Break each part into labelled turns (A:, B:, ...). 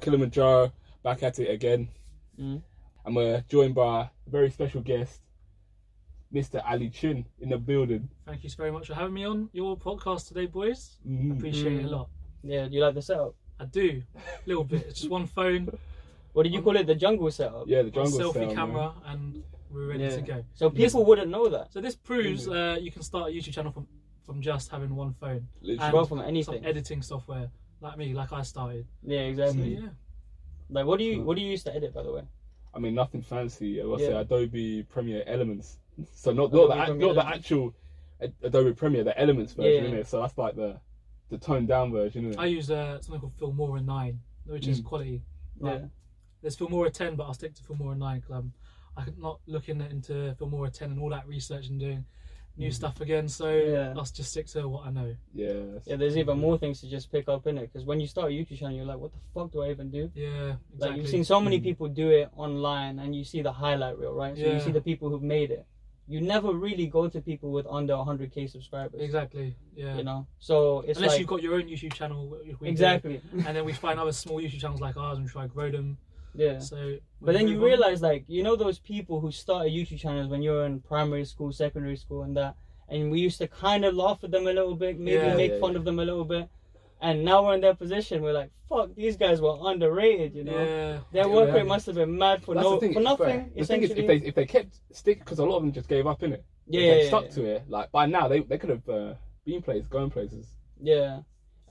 A: Kilimanjaro, back at it again.
B: Mm.
A: And we're joined by a very special guest, Mr. Ali Chin, in the building.
C: Thank you so very much for having me on your podcast today, boys.
A: Mm.
C: Appreciate it a
B: Mm.
C: lot.
B: Yeah, you like the setup?
C: I do, a little bit. It's just one phone,
B: What did you call it? The jungle setup.
A: Yeah, the
C: one
A: jungle
C: selfie
A: style, man.
C: camera, and we're ready
B: Yeah.
C: to go.
B: So people wouldn't know that.
C: So this proves uh, you can start a YouTube channel from, from just having one phone.
A: Literally.
C: And
B: Well, from
C: Some
B: anything.
C: editing software, like me, like I started.
B: Yeah,
C: So
B: exactly.
C: yeah,
B: Like, what do you what do you use to edit, by the way?
A: I mean, nothing fancy. I will say
B: Yeah.
A: Adobe Premiere Elements. So not not
B: Adobe
A: the, ac-
B: Premiere
A: not the
B: Elements.
A: actual Ad- Adobe Premiere, the Elements version,
B: Yeah.
A: innit? So that's like the the toned down version,
C: I
A: innit?
C: use uh, something called Filmora 9, which is quality. Right.
B: Yeah.
C: There's Filmora 10, but I'll stick to Filmora 9 because I'm, I'm not looking into Filmora 10 and all that research and doing new stuff again. So
B: Mm. Yeah.
C: I'll just stick to what I know.
A: Yes.
B: Yeah, there's even more things to just pick up in it because when you start a YouTube channel, you're like, what the fuck do I even do?
C: Yeah,
B: Like
C: exactly.
B: you've seen so many
A: Mm.
B: people do it online, and you see the highlight reel, right? So you see
C: Yeah.
B: the people who've made it. You never really go to people with under 100k subscribers.
C: Exactly. Yeah.
B: You know, so it's
C: Unless
B: like
C: you've got your own YouTube channel. wh- which we do,
B: exactly.
C: and then we find other small YouTube channels like ours and try to grow them.
B: yeah.
C: So.
B: But then you
C: we move on.
B: realize, like, you know, those people who started YouTube channels when you were in primary school, secondary school, and that. And we used to kind of laugh at them a little bit, maybe
C: Yeah.
B: make
A: Yeah,
B: fun of them a little bit. And now we're in their position. We're like, fuck, these guys were underrated, you know?
C: Yeah.
B: Their work
A: Yeah.
B: rate must have been mad for
A: That's
B: no
A: the thing,
B: for nothing.
A: The thing is,
B: essentially.
A: if they if they kept stick, because a lot of them just gave up, innit?
B: yeah,
A: if
B: yeah,
A: they
B: yeah,
A: stuck
B: yeah.
A: to it, like by now they, they could have uh, been places, going places.
B: Yeah.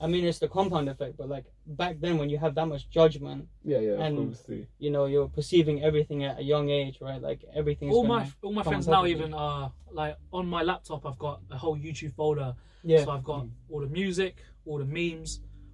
B: I mean, it's the compound effect, but like back then when you have that much judgment,
A: Yeah, yeah,
B: And-
A: obviously.
B: you know, you're perceiving everything at a young age, right? Like everything's
C: All
B: gonna-
C: my all my
B: come
C: friends
B: on
C: now
B: top of you.
C: even are like on my laptop. I've got a whole YouTube folder
B: yeah, Mm.
C: So I've got all the music, all the memes,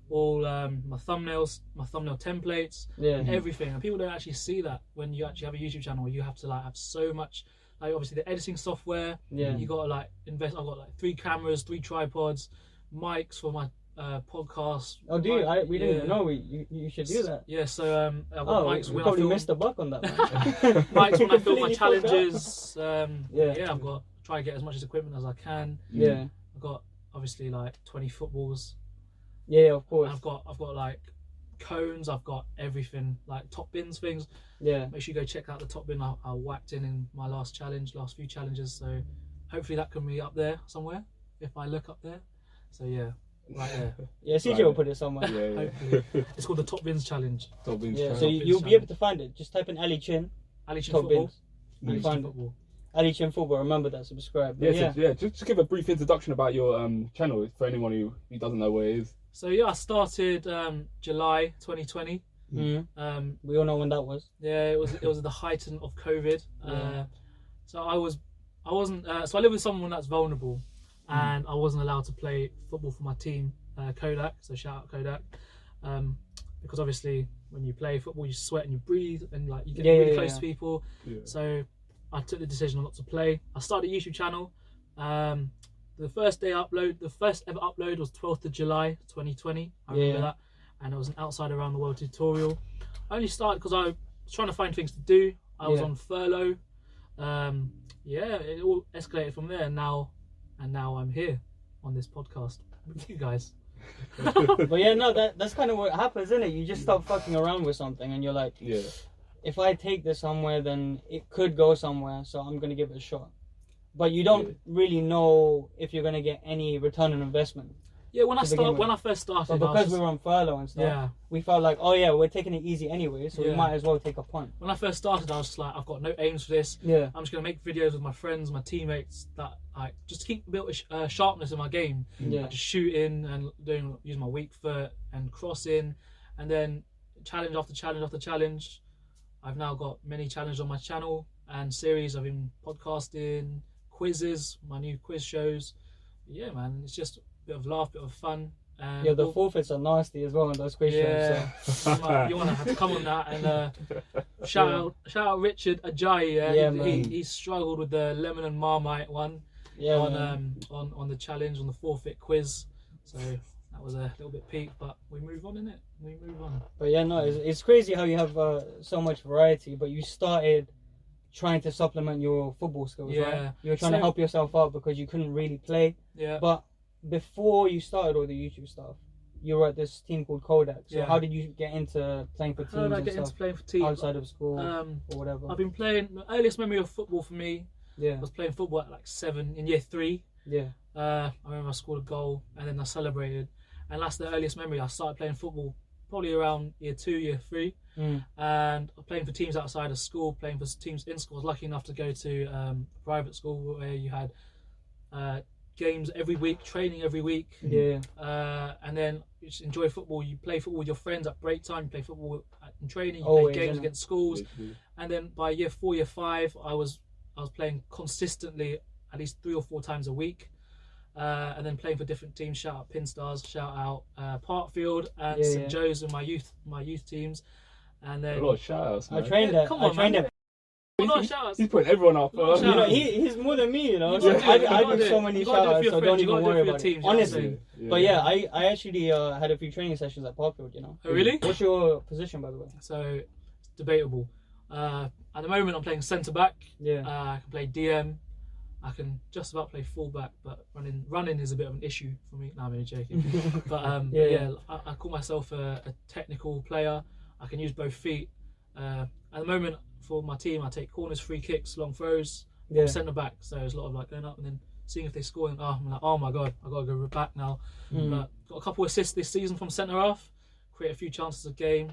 C: all um, my thumbnails, my thumbnail templates,
B: yeah,
C: everything. And people don't actually see that when you actually have a YouTube channel. You have to like have so much, like obviously the editing software.
B: yeah,
C: You gotta like invest. I've got like three cameras, three tripods, mics for my uh, podcast.
B: Oh, do you?
C: mic-
B: I, we didn't even
C: yeah.
B: know we, you, you should do that.
C: Yeah. So um, I've got
B: Oh,
C: mics
B: we
C: when I
B: probably
C: film
B: missed the buck on that. man.
C: mics when I film my
B: Completely forgot.
C: challenges. Um,
B: Yeah.
C: yeah. I've got try and get as much as equipment as I can.
B: yeah,
C: I've got obviously like twenty footballs.
B: yeah, of
C: And
B: course.
C: I've got I've got like cones, I've got everything like top bins things.
B: Yeah,
C: Make sure you go check out the top bin I, I whacked in in my last challenge, last few challenges. So hopefully that can be up there somewhere if I look up there. So yeah, right there.
B: yeah. CJ
A: Right.
B: will put it somewhere.
A: yeah, yeah.
C: Hopefully. It's called the top bins challenge.
A: Top bin
B: Yeah,
A: channel.
B: so you,
C: Top
B: you'll
C: bins
B: be able to find it. Just type in Ali Chin,
C: Ali Chin
B: Top
C: football.
B: Bins.
C: Ali
B: You
C: Chin
B: find it.
C: football.
B: Ali Chin Football. Remember that. Subscribe. But
A: yeah,
B: yeah,
A: So, yeah. Just, just give a brief introduction about your um, channel for anyone who, who doesn't know where it is.
C: So yeah, I started um, July 2020.
B: Mhm.
C: Um,
B: we all know when that was.
C: Yeah, it was it was the height of COVID.
B: Yeah.
C: Uh, so I was, I wasn't. Uh, so I live with someone that's vulnerable,
B: Hmm.
C: and I wasn't allowed to play football for my team, uh, Kodak. So shout out Kodak, um, because obviously when you play football, you sweat and you breathe, and like you get
B: Yeah,
C: really
B: yeah,
C: close
B: yeah.
C: to people.
A: Yeah.
C: So I took the decision not to play. I started a YouTube channel. Um, the first day I upload, the first ever upload was 12th of July 2020. I remember
B: Yeah.
C: that. And it was an outside around the world tutorial. I only started because I was trying to find things to do. I was
B: Yeah.
C: on furlough. Um, yeah, it all escalated from there. And now, and now I'm here on this podcast with you guys.
B: But yeah, no, that that's kind of what happens, isn't it? You just stop fucking around with something, and you're like,
A: Yeah.
B: if I take this somewhere, then it could go somewhere. So I'm gonna give it a shot. But you don't
A: Yeah.
B: really know if you're gonna get any return on investment.
C: Yeah, when I
B: To begin
C: start,
B: with.
C: when I first
B: But
C: started, I was
B: because we
C: just-
B: were on furlough and stuff,
C: yeah,
B: we felt like, oh yeah, we're taking it easy anyway, so we
C: Yeah.
B: might as well take a punt.
C: when I first started, I was just like, I've got no aims for this.
B: Yeah,
C: I'm just gonna make videos with my friends, my teammates that I just keep built a sh- uh, sharpness in my game.
B: yeah,
C: Just shooting and doing use my weak foot and crossing, and then challenge after challenge after challenge. I've now got many challenges on my channel and series. I've been podcasting, quizzes, my new quiz shows. Yeah, man, it's just a bit of laugh, bit of fun. And
B: yeah. The
C: all-
B: forfeits are nasty as well in those quiz shows.
C: yeah,
A: so.
C: you might- you want to have to come on that and uh, shout
B: Yeah.
C: out, shout out Richard Ajayi. Yeah,
B: Yeah,
C: he,
B: man.
C: he, he struggled with the lemon and marmite one
B: So. Yeah,
C: on
B: man.
C: um, on on the challenge on the forfeit quiz. So that was a little bit peak, but we move on in it. We move on.
B: but yeah, no, it's, it's crazy how you have uh, so much variety. But you started trying to supplement your football skills, right?
C: Yeah.
B: You were trying to
C: So-
B: help yourself out because you couldn't really play.
C: Yeah.
B: But before you started all the YouTube stuff, you were at this team called Kodak. So
C: Yeah.
B: how did you get into playing for
C: How
B: teams
C: did I
B: and
C: get into
B: stuff
C: playing for teams?
B: outside of school
C: Um,
B: or whatever?
C: I've been playing. The earliest memory of football for me I
B: yeah,
C: was playing football at like seven in year three.
B: yeah,
C: Uh, I remember I scored a goal and then I celebrated. And that's the earliest memory. I started playing football probably around year two, year three.
B: Mm.
C: And playing for teams outside of school, playing for teams in school. I was lucky enough to go to um, a private school where you had uh, games every week, training every week.
B: yeah,
C: Uh, and then you just enjoy football. You play football with your friends at break time, you play football at- in training, you
B: Always,
C: play games
B: innit?
C: against schools
A: Literally.
C: and then by year four, year five, I was I was playing consistently at least three or four times a week, uh, and then playing for different teams. Shout out Pinstars, shout out uh, Parkfield and
B: Yeah,
C: St
B: yeah.
C: Joe's and my youth my youth teams, and
A: A
C: then
A: lot of shout outs.
B: I trained
C: Yeah,
B: at
C: come
B: I
C: on,
B: trained
C: man.
B: at
C: a lot of shout outs.
A: He's putting everyone off.
C: Lot of
B: you know
C: shout-outs.
A: Yeah.
B: he, he's more than me, you know.
C: You
B: So
C: gotta do
B: I,
C: it, you
B: I
C: gotta
B: do
C: do
B: so
C: it.
B: many
C: You gotta do it
B: shout
C: for your
B: so
C: friends,
B: don't
C: you
B: even
C: gotta do it
B: worry
C: for your
B: about it.
C: teams, you know what I'm
B: Honestly,
C: saying?
B: but yeah, I, I actually uh, had a few training sessions at Parkfield, you know.
C: Oh, really?
B: What's your position, by the way?
C: So it's debatable. Uh, at the moment, I'm playing centre back.
B: Yeah,
C: Uh, I can play DM. I can just about play full back, but running running is a bit of an issue for me. No, I'm only joking. But um,
B: Yeah,
C: yeah,
B: yeah.
C: I, I call myself a, a technical player. I can use both feet. Uh, at the moment, for my team, I take corners, free kicks, long throws,
B: yeah,
C: centre back. So there's a lot of like going up and then seeing if they score. And oh, I'm like, oh my god, I gotta go back now.
B: Mm.
C: But got a couple assists this season from centre half. Create a few chances a game.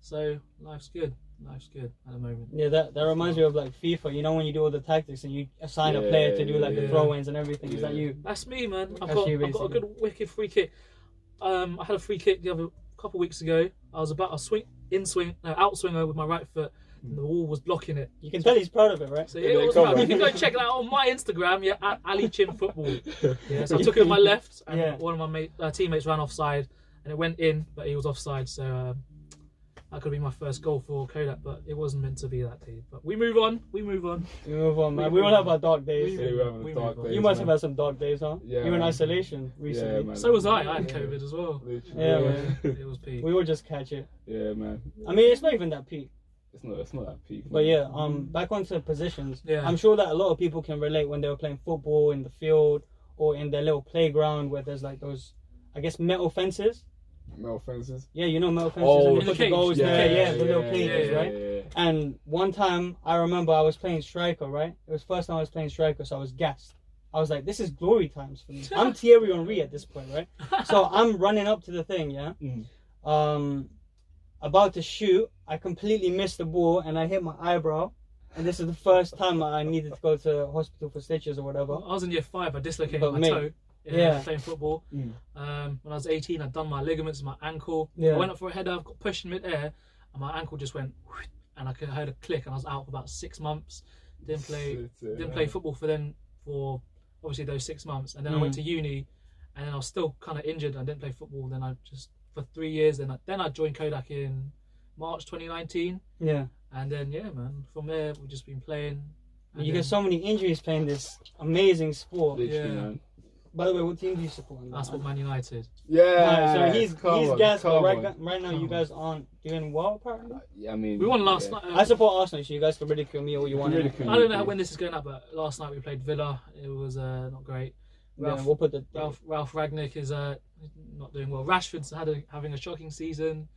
C: So life's good. Life's good at the moment.
B: yeah. That that reminds me of like FIFA. You know when you do all the tactics and you assign a
A: Yeah,
B: player to do like the
C: yeah.
B: throw-ins and everything. Is that
A: Yeah.
B: you?
C: That's me, man. I've
B: That's
C: got,
B: you,
C: I've got
B: basically.
C: a good wicked free kick. Um, I had a free kick the other couple weeks ago. I was about a swing, in swing, no, out swinger with my right foot,
B: Mm.
C: and the wall was blocking it.
B: You can tell he's proud of it, right?
C: So
A: Yeah,
C: yeah, it was
A: come
C: bad.
A: on.
C: You can go check that out on my Instagram. Yeah, at Ali Chin Football. Yeah, so I took it with my left, and
B: Yeah.
C: one of my mate, uh, teammates ran offside, and it went in, but he was offside. So um, that could be my first goal for Kodak, but it wasn't meant to be that day. But we move on. We move on.
B: We move on, man. We all have our dark days.
C: We-
A: Yeah, we're having
C: We
A: dark
C: move on.
A: days,
B: You must
A: man.
B: have had some dark days, huh?
A: Yeah,
B: You were in
A: man.
B: isolation recently.
A: man.
C: So was I. I had COVID as well.
A: Literally.
B: Yeah,
C: It was peak.
B: We will just catch it.
A: Yeah, man.
B: I mean, it's not even that peak,
A: It's not. It's not that peak.
B: but
A: man.
B: yeah. Um,
A: Mm.
B: back onto positions.
C: Yeah.
B: I'm sure that a lot of people can relate when they were playing football in the field or in their little playground where there's like those, I guess, metal fences.
A: No offenses.
B: Yeah, you know metal fences.
A: Oh,
B: and you
A: In
B: put
C: the
B: the
C: cage.
B: goals
C: Yeah,
B: there. Yeah, the little
A: yeah,
B: cages,
A: yeah,
B: right?
A: yeah, yeah.
B: And one time, I remember I was playing striker, right? It was first time I was playing striker, so I was gassed. I was like, this is glory times for me. I'm Thierry Henry at this point, right? So I'm running up to the thing, yeah?
A: Mm.
B: Um, about to shoot. I completely missed the ball and I hit my eyebrow. And this is the first time I needed to go to hospital for stitches or whatever.
C: I was in year five. I dislocated
B: But
C: my
B: mate,
C: toe. Yeah,
B: yeah.
C: playing football.
A: Mm.
C: Um, when I was 18, I'd done my ligaments, in my ankle.
B: Yeah.
C: I went up for a header. I got pushed in midair, and my ankle just went, and I could- heard a click, and I was out for about six months. Didn't play.
A: Shit, yeah.
C: Didn't play football for then for obviously those six months, and then I went to uni, and then I was still kind of injured. I didn't play football. Then I just for three years. Then I, then I joined Kodak in March 2019,
B: Yeah.
C: and then yeah, man. From there we've just been playing. and
B: You
C: then-
B: get so many injuries playing this amazing sport.
A: Literally,
C: Yeah.
A: man.
B: By the way, what team do you support? in that?
C: I support Man United.
A: Yeah.
B: Alright, so he's
A: come
B: he's
A: on,
B: gassed, but
A: come
B: right,
A: on.
B: ga- right now you
C: Come on.
B: guys aren't doing well apparently.
A: Yeah, I mean,
C: We won last
A: yeah.
C: night. uh,
B: I support Arsenal, so you guys can ridicule me all you want.
A: Ridicule me.
C: I don't know when this is going up, but last night we played Villa. It was uh, not great.
B: Yeah, we'll put the
C: Ralph Ralph Ragnick is uh, not doing well. Rashford's had a, having a shocking season,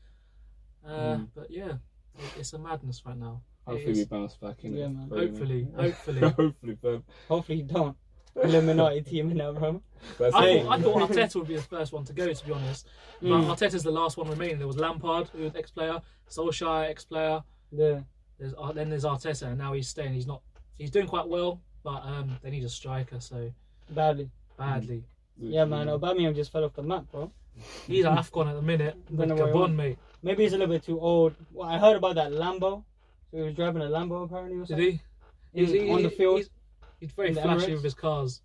C: uh,
A: Mm.
C: but yeah, it- it's a madness right now. It
A: Hopefully
C: is.
A: we bounce back in.
B: Yeah, man.
C: Hopefully, hopefully.
A: hopefully, fam.
B: Hopefully you don't. Illuminati team in that room.
A: That's
C: I
A: it.
C: thought, I thought Arteta would be the first one to go, to be honest. But
B: Mm.
C: Arteta's the last one remaining. There was Lampard, who was ex-player, Solskjaer, ex-player.
B: Yeah.
C: There's, Ar- then there's Arteta, and now he's staying. He's not. He's doing quite well, but um, they need a striker so
B: Badly.
C: badly.
B: Yeah, man. Aubameyang just fell off the map, bro.
C: He's at Afghan at the minute.
B: Don't
C: With
B: know where he
C: Gabon, mate.
B: Maybe he's a little bit too old. Well, I heard about that Lambo. So he was driving a Lambo apparently or
C: Did
B: something.
C: he?
B: In- on the field.
C: He's, he's very
B: In the
C: flashy
B: Emirates?
C: with his cars.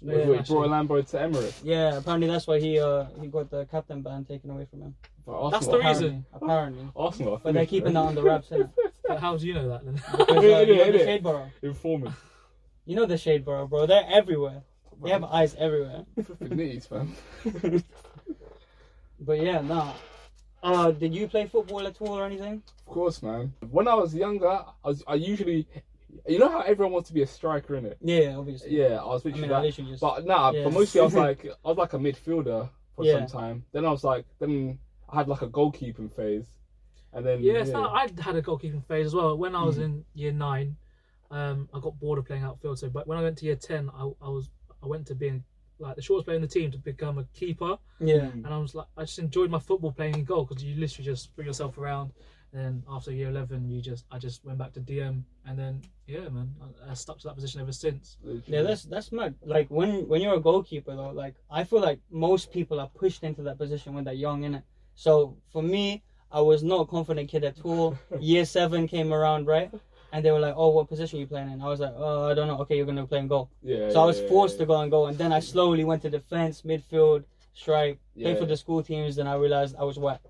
C: He's
A: Wait,
C: very
A: wait, brought a
C: flashy.
A: Lambo to Emirates.
B: yeah, apparently that's why he uh he got the captain ban taken away from him.
A: But Arsenal,
C: That's the
A: are-
C: reason.
B: Apparently. apparently.
A: Arsenal, are
B: But they're
A: finished,
B: keeping that
A: man.
B: on the wraps, innit?
C: But How do you know that then?
B: Because, uh,
A: Yeah,
B: you
A: yeah,
B: know the
A: yeah.
B: shade borough.
A: Informant.
B: You know the shade borough, bro. They're everywhere. They have eyes everywhere.
A: Flipping knees, fam.
B: But yeah, nah. Uh, did you play football at all or anything?
A: Of course, man. When I was younger, I was I usually, you know how everyone wants to be a striker, innit?
B: Yeah, obviously.
A: Yeah, I was
B: I mean,
A: literally
B: I
A: that.
B: literally just.
A: But nah,
B: Yeah.
A: but mostly I was like I was like a midfielder. for
B: Yeah.
A: some time. Then I was like, then I had like a goalkeeping phase, and then
C: Yeah, so I had a goalkeeping phase as well. When I was
B: Hmm.
A: Mhm.
C: in year nine, um, I got bored of playing outfield. So, but when I went to year ten, I, I was I went to being like the shortest player in the team to become a keeper,
B: Yeah.
C: and I was like I just enjoyed my football playing in goal because you literally just threw yourself around. And then after year eleven, you just I just went back to DM, and then yeah, man, I, I stuck to that position ever since.
B: Yeah, that's that's mad. Like when when you're a goalkeeper though, like I feel like most people are pushed into that position when they're young, innit? So for me, I was not a confident kid at all. Year seven came around, right? And they were like, "Oh, what position you playing in?" I was like, "Oh, I don't know." Okay, you're gonna play in goal.
A: yeah.
B: So I was forced to go and go, and then I slowly went to defense, midfield, strike, played for the school teams, and I realized I was wet.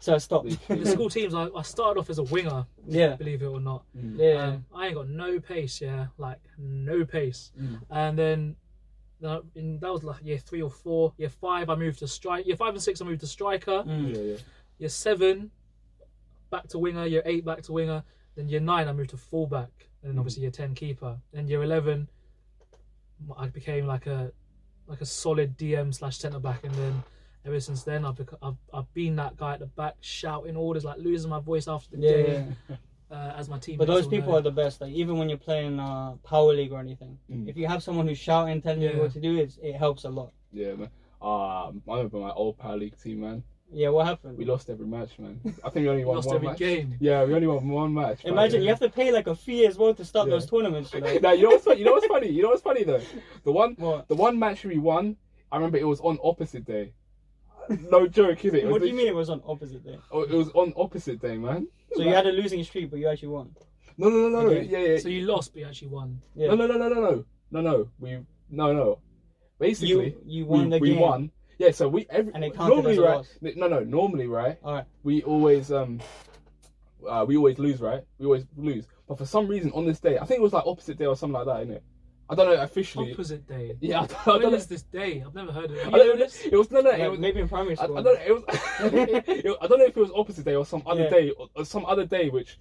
B: So I stopped.
C: In the school teams, I, I started off as a winger,
B: yeah,
C: believe it or not.
B: yeah,
C: Um, I ain't got no pace, yeah, like no pace.
A: Mm.
C: And then uh, in, that was like year three or four. Year five, I moved to strike. Year five and six, I moved to striker.
B: Mm.
A: Yeah, yeah.
C: Year seven, back to winger. Year eight, back to winger. Then year nine, I moved to fullback. And then
A: Mm.
C: obviously year ten, keeper. Then year eleven, I became like a like a solid DM slash centre back. And then ever since then, I've, become, I've I've been that guy at the back shouting orders, like losing my voice after the
B: yeah, yeah.
C: game. Uh, as my team.
B: But those people are the best. Like even when you're playing uh, power league or anything,
A: Mm.
B: if you have someone who's shouting, telling you
C: Yeah.
B: what to do, it's, it helps a lot.
A: Yeah, man. Um, I remember my old Power League team, man.
B: Yeah, what happened?
A: We lost every match, man. I think we only won
C: lost
A: one
C: every
A: match.
C: game.
A: Yeah, we only won one match. man.
B: Imagine you
A: Yeah.
B: have to pay like a fee as well to start
A: Yeah.
B: those tournaments. You know?
A: now, you know what's funny? You know what's funny? You know what's funny though? The one,
B: what?
A: the one match we won, I remember it was on opposite day. No joke, is it? it was
B: What do you
A: lit-
B: mean it was on opposite day?
A: Oh, it was on opposite day, man.
B: So you had a losing streak, but you actually won.
A: No, no, no, no,
B: Okay.
A: yeah, yeah.
C: So you lost, but you actually won.
B: Yeah.
A: No, no, no, no, no, no, no, no. We, no, no. Basically,
B: you you won
A: we,
B: the
A: we
B: game.
A: won. Yeah, so we every
B: And it counted
A: normally
B: as a
A: right.
B: loss.
A: n- No, no, normally right.
B: Alright.
A: We always um, uh, we always lose, right? We always lose. But for some reason on this day, I think it was like opposite day or something like that, innit? I don't know officially.
C: Opposite day.
A: Yeah, I don't, I
C: What
A: don't know.
C: is this day? I've never heard of it.
A: I
C: Have you
A: don't
C: heard
A: know.
C: of this?
A: It was no, no. It
B: Like,
A: was,
B: maybe in primary
A: I, I
B: school.
A: don't know. It was, it was- I don't know if it was opposite day or some other
B: Yeah.
A: day or, or some other day which.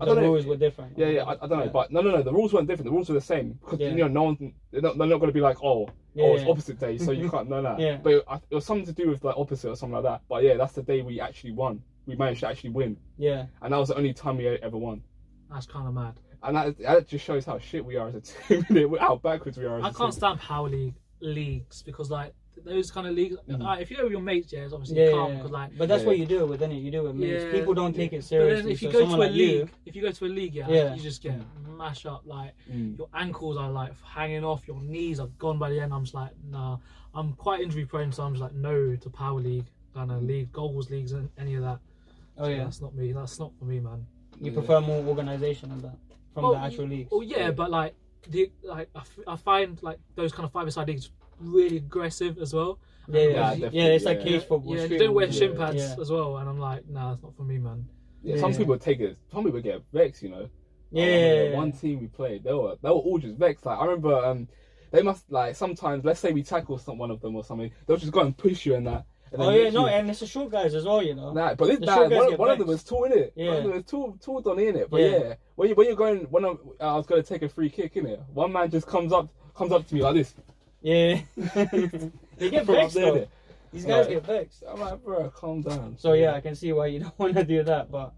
A: I
B: the
A: don't know.
B: rules were different.
A: Yeah, yeah, I, I don't know, but no, no, no. The rules weren't different. The rules were the same because
B: Yeah.
A: you know no one. They're not, they're not going to be like, oh, oh, it's
B: Yeah.
A: opposite day, so you can't know that.
B: Yeah.
A: But it, I- it was something to do with like opposite or something like that. But yeah, that's the day we actually won. We managed to actually win,
B: yeah.
A: and that was the only time we ever won.
C: That's kind of mad.
A: And that, that just shows how shit we are as a team. innit? how backwards we are. As
C: I
A: a Team.
C: can't stand power league leagues because like those kind of leagues.
A: Mm.
C: Like, if you go with your mates, yeah, it's obviously
B: Hmm. Yeah,
C: calm.
B: yeah,
C: Because
B: yeah.
C: like,
B: but that's
A: Yeah,
B: what you do with it. You do it. mates.
C: Yeah.
B: People don't take it
C: but
B: seriously.
C: then if you
B: so
C: go to a
B: someone like
C: league,
B: you-
C: if you go to a league, yeah,
B: Yeah. Hmm.
C: you just get mash up. Like
A: Mm.
C: your ankles are like hanging off, your knees are gone by the end. I'm just like, nah. I'm quite injury prone, so I'm just like, no to power league kind of league, goals leagues, and any of that.
B: Hmm. oh
C: So
B: yeah,
C: that's not me. That's not for me, man.
B: you
A: Yeah.
B: prefer more organization than that from
C: Oh,
B: the actual leagues.
C: Well, yeah,
A: Yeah.
C: but like the like I, f- I find like those kind of five-a-side leagues really aggressive as well.
B: Yeah,
C: Yeah,
B: yeah, yeah,
A: definitely,
B: It's like
A: yeah.
B: cage football.
C: yeah, you
B: street
C: don't wear
B: football.
C: shin
A: Yeah.
C: pads
B: Yeah.
C: as well, and I'm like, nah, that's not for me, man.
A: Yeah, Some
B: Yeah.
A: people take it. Some people get vexed, you know. I
B: Yeah,
A: remember the one team we played, they were they were all just vexed. Like I remember, um, they must like sometimes. Let's say we tackle some one of them or something, they'll just go and push you and that. And
B: Oh
A: then
B: yeah, no,
A: literally-
B: and it's the short guys as well, you know.
A: Nah, but this
B: The
A: nah,
B: short guys
A: one,
B: get
A: one of them was
B: vexed.
A: tall in it.
B: Yeah.
A: One of them was tall, tall Donny in it. But
B: Yeah.
A: yeah, when you when you're going, when I'm, I was gonna take a free kick in it, one man just comes up comes up to me like this.
B: Yeah, they get
A: From up
B: vexed
A: there,
B: though.
A: innit?
B: These guys
A: Right.
B: get vexed.
A: I'm like, bro, calm down.
B: So yeah, I can see why you don't want to do that, but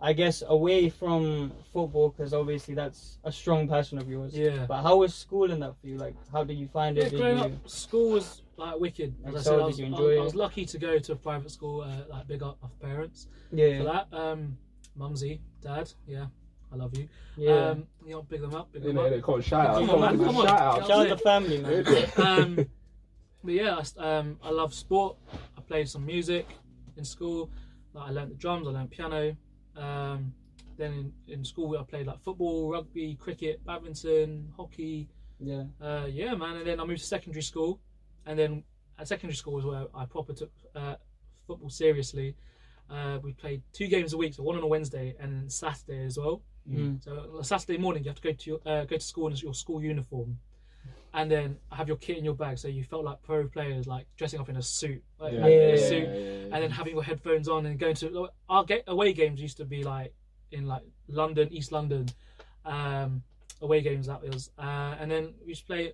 B: I guess away from football because obviously that's a strong passion of yours.
C: Yeah.
B: But how was school in that for you? Like, how did you find it?
C: Yeah,
B: Did
C: growing
B: you-
C: up, school was like wicked. As
B: Like,
C: I
B: so
C: said,
B: did
C: I was,
B: you
C: I,
B: enjoy
C: I
B: it?
C: was lucky to go to a private school. Uh, like big up my parents for
B: Yeah,
C: that. Um, mumsy, dad, yeah, I love you.
B: yeah.
C: Um, you know, big them up, big
A: In
C: them up.
A: it, come on, shout out,
B: Come
A: come
B: on,
A: on,
B: come
C: on.
A: shout out.
B: Shout out to family, man.
A: Innit?
C: um, but yeah, I, s- um, I love sport. I played some music in school. Like I learnt the drums, I learnt piano. Um, then in, in school, I played like football, rugby, cricket, badminton, hockey.
B: Yeah,
C: Uh, yeah, man. And then I moved to secondary school, and then at secondary school was where I proper took uh, football seriously. Uh, we played two games a week, so one on a Wednesday and then Saturday as well.
B: Mm.
C: So on Saturday morning, you have to go to your, uh, go to school in your school uniform, and then have your kit in your bag. So you felt like pro players, like dressing up in a suit, like,
A: Yeah,
C: in
A: yeah,
C: a
A: yeah,
C: suit,
A: yeah, yeah.
C: and then
B: um,
C: having your headphones on and going to our ga- away games used to be like in like London, East London, um, away games that was, uh, and then we used to play,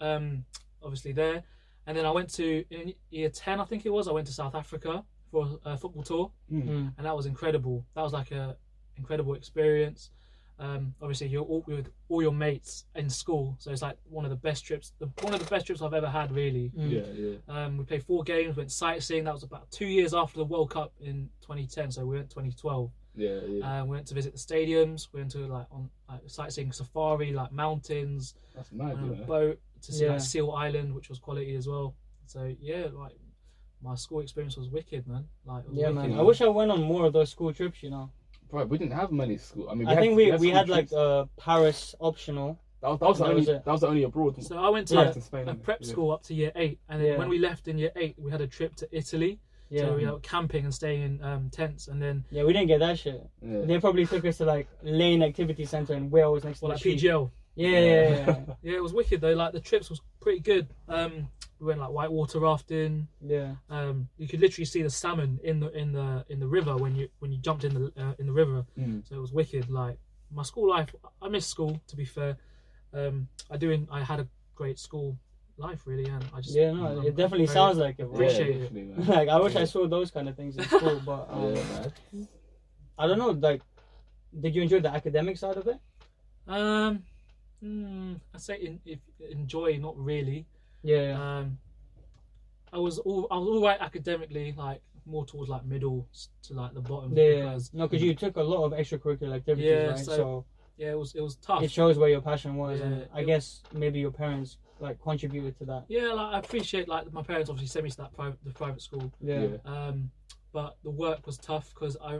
C: um, obviously there, And then I went to in year ten, I think it was. I went to South Africa for a football tour,
B: Mm.
C: and that was incredible. That was like a incredible experience. Um, obviously, you're all with all your mates in school, so it's like one of the best trips. The, one of the best trips I've ever had, really.
B: Mm.
A: Yeah, yeah.
C: Um, we played four games, went sightseeing. That was about two years after the World Cup in 2010, so we went 2012.
A: Yeah, yeah.
C: Uh, we went to visit the stadiums. We went to like on like, sightseeing safari, like mountains,
A: That's mad,
C: went
A: you
B: um,
C: on a
A: know.
C: boat to see
B: Yeah.
C: like, Seal Island, which was quality as well. So yeah, like my school experience was wicked, man. Like it was
B: Yeah,
C: wicked.
B: man. I wish I went on more of those school trips. You know,
A: Bro, we didn't have many school. I mean,
B: I think we we
A: school
B: had like
A: trips.
B: uh, Paris optional.
A: that was, that was the
B: that
A: only
B: was it.
A: that was the only abroad.
C: So I went to
A: flight to Spain,
C: a
A: innit?
C: prep
A: Yeah.
C: school up to year eight, and then
B: Yeah.
C: when we left in year eight, we had a trip to Italy.
B: Yeah,
C: So we were camping and staying in um, tents, and then
B: yeah, we didn't get that shit.
A: Yeah.
B: They probably took us to like Lane Activity Center in Wales next to
C: well,
B: the
C: like
B: sea.
C: PGL.
B: Yeah, yeah, yeah, yeah.
C: Yeah, it was wicked though. Like the trips was pretty good. Um, we went like whitewater rafting.
B: yeah.
C: Um, you could literally see the salmon in the in the in the river when you when you jumped in the uh, in the river.
A: Mm.
C: So it was wicked. Like my school life, I miss school to be fair. Um, I do. en- I had a great school life really, and I just
B: Yeah, no,
C: I'm
B: it definitely
C: very-
B: sounds like it. bro.
C: Appreciate
A: yeah,
C: it.
A: definitely, man.
B: like I wish
A: Yeah.
B: I saw those kind of things in school, but um,
A: Yeah, man.
B: I don't know. Like, did you enjoy the academic side of it?
C: Um, mm, I say in, if, enjoy not really.
B: Yeah, yeah.
C: Um, I was all I was all right academically, like more towards like middle s- to like the bottom.
B: yeah.
C: Um, because-
B: No, because you took a lot of extracurricular activities,
C: Yeah,
B: right?
C: so-
B: So,
C: yeah, it was it was tough.
B: it shows where your passion was, and
C: Yeah,
B: I
C: it-
B: guess maybe your parents like contributed to that.
C: Yeah, like I appreciate like my parents obviously sent me to that private the private school,
B: Yeah, yeah,
C: um, but the work was tough because I,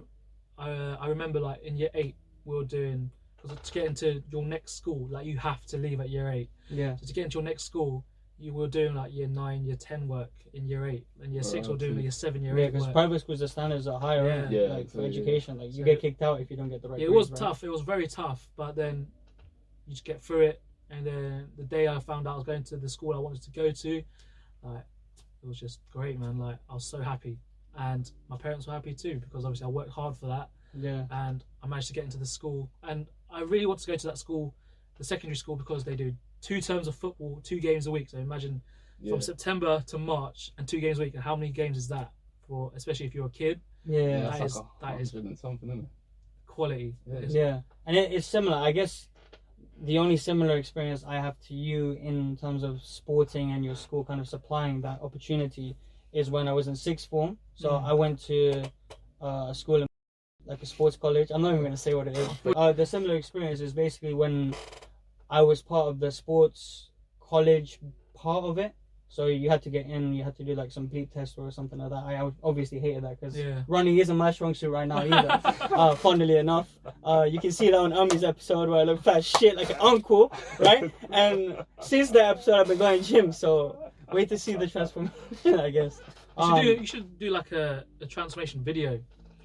C: I, uh, I remember like in year eight we were doing because to get into your next school like you have to leave at year eight.
B: yeah.
C: So to get into your next school, you were doing like year nine, year ten work in year eight, and year six
A: Right,
C: we're doing
A: okay.
C: year seven, year eight
B: because
C: work.
B: private schools the standards are higher,
C: Yeah.
B: yeah.
A: Yeah,
B: like for
A: so, yeah.
B: education, like you
C: So-
B: get kicked out if you don't get the right.
C: it was
B: grades, right?
C: tough. It was very tough, but then you just get through it. And then the day I found out I was going to the school I wanted to go to, like it was just great, man. Like I was so happy, and my parents were happy too because obviously I worked hard for that,
B: Yeah,
C: and I managed to get into the school. And I really want to go to that school, the secondary school, because they do two terms of football, two games a week. So imagine
A: Yeah.
C: from September to March and two games a week. And how many games is that for? Especially if you're a kid,
B: yeah,
A: Yeah,
B: yeah.
A: that's
C: that is-
A: like a
C: that is-
A: hundred and something, isn't it?
C: quality.
A: Yeah.
C: is-
B: Yeah, and it, it's similar. I guess the only similar experience I have to you in terms of sporting and your school kind of supplying that opportunity is when I was in sixth form. So
C: Mm.
B: I went to uh, a school, in, like a sports college. I'm not even going to say what it is. But, uh, the similar experience is basically when I was part of the sports college part of it. So you had to get in, you had to do like some bleep test or something like that. I ob- obviously hated that because
C: Yeah.
B: running isn't my strong suit right now either. uh, funnily enough, uh, you can see that on Ummy's episode where I look fat shit like an uncle, right? And since that episode, I've been going gym. So wait to see the transformation, I guess.
C: You should,
B: Um,
C: do, you should do like a, a transformation video.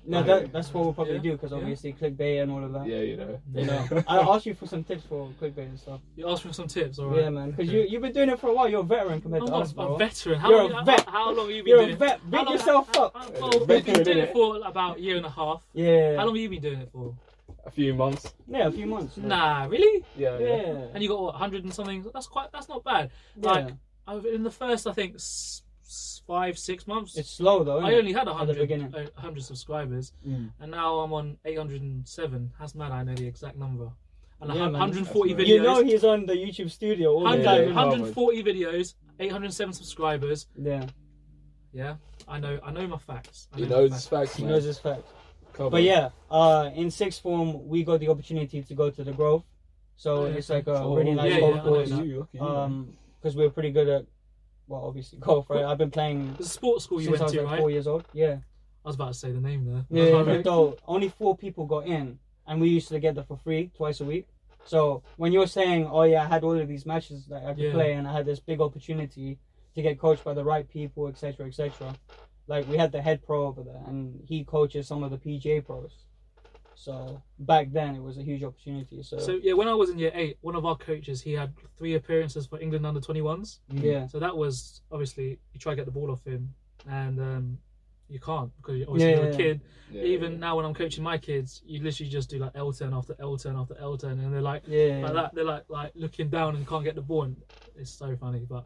B: no, that, that's what we'll probably
C: Yeah,
B: do because
C: yeah.
B: obviously clickbait and all of that.
A: Yeah, you know.
B: You know, I asked you for some tips for clickbait and stuff.
C: You asked for some tips, all
B: Yeah,
C: right?
B: man, because you you've been doing it for a while. You're a veteran compared
C: I'm
B: to
C: not
B: us,
C: a
B: bro.
C: veteran. How
B: You're a
C: long,
B: vet.
C: how, how long have you been
B: You're
C: doing
B: a
C: it?
B: vet.
C: How
B: Big
C: long-
B: yourself
C: how-
B: up.
C: how- Well, we've
A: Veteran,
C: been doing
A: innit?
C: it for about a year and a half.
B: Yeah.
C: How long have you been doing it for?
A: A few months.
B: Yeah, a few months. bro.
C: Nah, really?
A: Yeah,
B: Yeah.
A: yeah.
C: And you got what, 100 and something? That's quite. That's not bad.
B: Yeah.
C: Like I've, in the first, I think s- s- five, six months.
B: it's slow though.
C: I
B: innit?
C: only had a
B: At the
C: 100,
B: beginning.
C: uh, 100 subscribers,
A: Mm.
C: and now I'm on 807. That's mad. I know the exact number. And I
B: Yeah,
C: have
B: man.
C: 140
A: That's
C: videos.
A: mad.
B: You know he's on the YouTube studio all the
C: 100
A: Yeah, yeah,
B: time.
A: yeah.
C: 140 videos, 807 subscribers.
B: Yeah,
C: Yeah, I know. I know my facts. I
A: He
C: my
A: knows his facts,
B: he
A: man.
B: knows his facts.
A: Come
B: But
A: on.
B: yeah, uh, in sixth form, we got the opportunity to go to the Grove, so
C: Oh, yeah.
B: it's like a
A: Oh,
B: really
A: yeah,
B: nice
C: yeah,
B: golf
C: yeah, I know
B: course.
A: Lucky you, lucky you, man.
B: Um, because we're pretty good at, well, obviously golf. Right, I've been playing
C: The sports school you
B: since I
C: went
B: was
C: to,
B: like
C: right?
B: four years old. Yeah,
C: I was about to say the name there.
B: yeah.
A: right.
B: So only four people got in, and we used to get that for free twice a week. So when you're saying, "Oh yeah, I had all of these matches that I could
C: Yeah.
B: play, and I had this big opportunity to get coached by the right people, etc., etc." Like we had the head pro over there, and he coaches some of the PGA pros. So back then, it was a huge opportunity. So,
C: So yeah, when I was in year eight, one of our coaches he had three appearances for England under 21s.
A: Mm.
B: yeah,
C: So that was obviously you try to get the ball off him, and um, you can't because you're obviously
B: Yeah,
C: you're
B: yeah,
C: a kid.
A: Yeah,
C: Even
A: yeah.
C: now when I'm coaching my kids, you literally just do like L turn after L turn after L turn, and they're like
B: yeah,
C: like that. They're like like looking down and can't get the ball. And it's so funny, but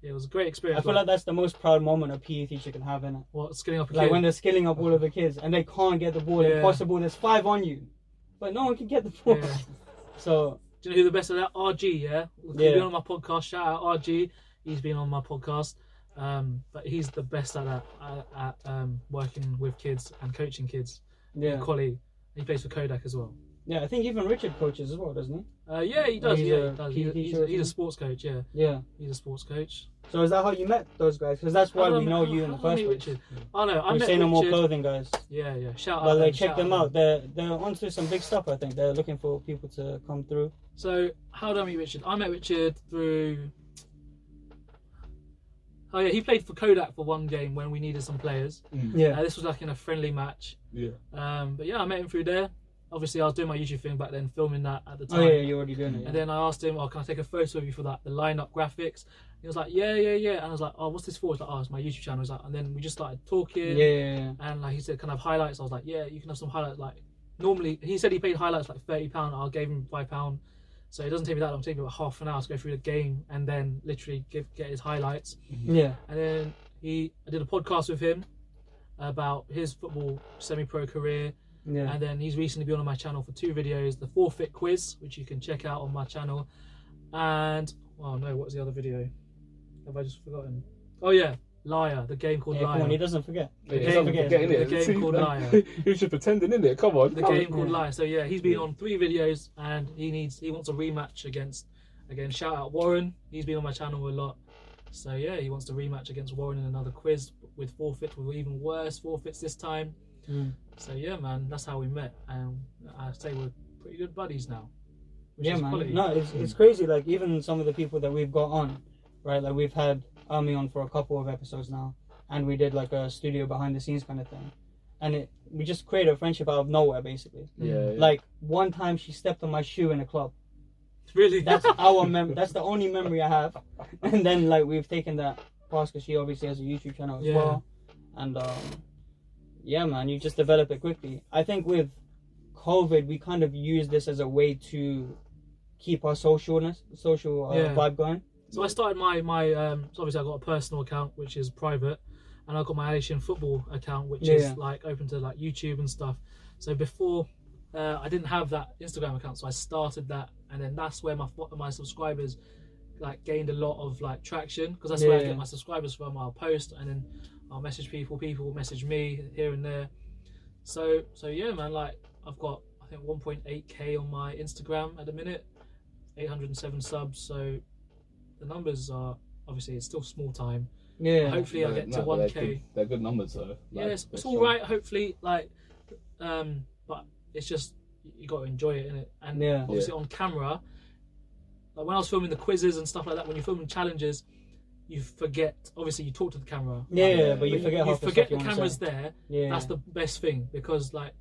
C: It was a great
B: I
C: experience.
B: feel like that's the most proud moment a PE teacher can have in it.
C: well, skinning up a
B: Like
C: kid.
B: when they're skilling up all of the kids and they can't get the ball.
C: Yeah.
B: Impossible. There's five on you, but no one can get the ball.
C: Yeah.
B: So
C: Do you know who the best of that? RG, yeah? He's
B: Yeah.
C: been on my podcast. Shout out RG. He's been on my podcast. Um, but he's the best at that, at, at um, working with kids and coaching kids.
B: yeah,
C: Collie, he plays for Kodak as well.
B: yeah. I think even Richard coaches as well, doesn't
C: Uh, yeah, he does.
B: He's
C: yeah,
B: a
C: he does.
B: PE
C: He's, he's,
B: teacher or
C: he's a
B: something?
C: sports coach. Yeah,
B: he? Yeah.
C: he's a sports coach.
B: So is that how you met those guys? Because that's why
C: How
B: we
C: do I-
B: know
C: how-
B: you in the
C: how do I
B: first
C: meet
B: place.
C: Richard? Oh no, I
B: We
C: met
B: say no more
C: Richard.
B: clothing, guys.
C: Yeah, yeah. Shout
B: But
C: out.
B: like,
C: um,
B: check
C: shout
B: them
C: out.
B: out. They're they're onto some big stuff. I think they're looking for people to come through.
C: So how did I meet Richard? I met Richard through. Oh yeah, he played for Kodak for one game when we needed some players.
B: Yeah,
C: Uh, this was like in a friendly match.
A: Yeah.
C: Um, but yeah, I met him through there. Obviously, I was doing my YouTube thing back then, filming that at the time.
B: Oh yeah, you're already doing it.
C: And
B: yeah.
C: then I asked him, "Oh, can I take a photo of you for that the lineup graphics?" He was like, "Yeah, yeah, yeah." And I was like, "Oh, what's this for?" He's like, "Oh, it's my YouTube channel." He's like, and then we just started
B: Yeah,
C: talking.
B: yeah, yeah.
C: And like he said, "Can I have highlights?" I was like, "Yeah, you can have some highlights." Like normally, he said he paid highlights like thirty pound. I gave him five pound, so it doesn't take me that long. It takes me about half an hour to go through the game and then literally give, get his highlights.
B: yeah.
C: And then he, I did a podcast with him about his football semi-pro career.
B: yeah.
C: And then he's recently been on my channel for two videos the forfeit quiz, which you can check out on my channel. And, oh no, what's the other video? Have I just forgotten? Oh, yeah, Liar, the game called
B: Yeah, come on, he
C: Liar.
B: doesn't forget.
A: Yeah,
C: game-
A: it's something
B: the
A: to get
C: game-
A: in it.
C: the game
A: See,
C: called
A: like,
C: Liar.
A: He was just pretending, in it? Come on.
C: The
A: come
C: game called
B: yeah.
C: Liar. So, yeah, he's been
A: Yeah.
C: on three videos and he needs, he wants a rematch against, again, shout out Warren. He's been on my channel a lot. So, yeah, he wants to rematch against Warren in another quiz with forfeit, with even worse forfeits this time.
B: Mm.
C: So, yeah, man, that's how we met. And I'd say we're pretty good buddies now. which
B: Yeah,
C: is
B: man.
C: quality.
B: No, it's it's crazy. Like even some of the people that we've got on, right? Like we've had Army on for a couple of episodes now, and we did like a studio behind the scenes kind of thing, and it we just created a friendship out of nowhere, basically.
A: Yeah. yeah.
B: Like one time she stepped on my shoe in a club.
C: Really?
B: That's our mem. That's the only memory I have. And then like we've taken that past because she obviously has a YouTube channel as
C: Yeah.
B: well. And um, yeah, man, you just develop it quickly. I think with COVID, we kind of use this as a way to keep our socialness, social uh,
C: Yeah.
B: vibe going.
C: So I started my my um. So obviously I got a personal account which is private, and I got my Asian football account which
B: Yeah.
C: is like open to like YouTube and stuff. So before, uh, I didn't have that Instagram account, so I started that, and then that's where my fo- my subscribers like gained a lot of like traction because that's where I
B: Yeah.
C: get my subscribers from. I'll post and then I'll message people. People will message me here and there. So so yeah, man. Like I've got I think 1.8k on my Instagram at the minute, 807 subs. So the numbers are obviously it's still small time.
B: Yeah.
C: Hopefully I
A: No,
C: get
A: no,
C: to
A: but
C: one
A: they're
C: k.
A: good- They're good numbers, though.
C: Yeah,
A: Like,
C: it's,
A: they're
C: it's all
A: strong.
C: right. Hopefully, like, um, but it's just you got to enjoy it, innit? And
B: Yeah.
C: obviously on camera, like when I was filming the quizzes and stuff like that, when you're filming challenges, you forget. Obviously, you talk to the camera.
B: Yeah,
A: Yeah,
B: but you
C: But
B: forget
C: you
B: half
C: forget
B: the,
C: the
B: stuff you wanna
C: camera's
B: say.
C: there.
B: Yeah.
C: That's the best thing because like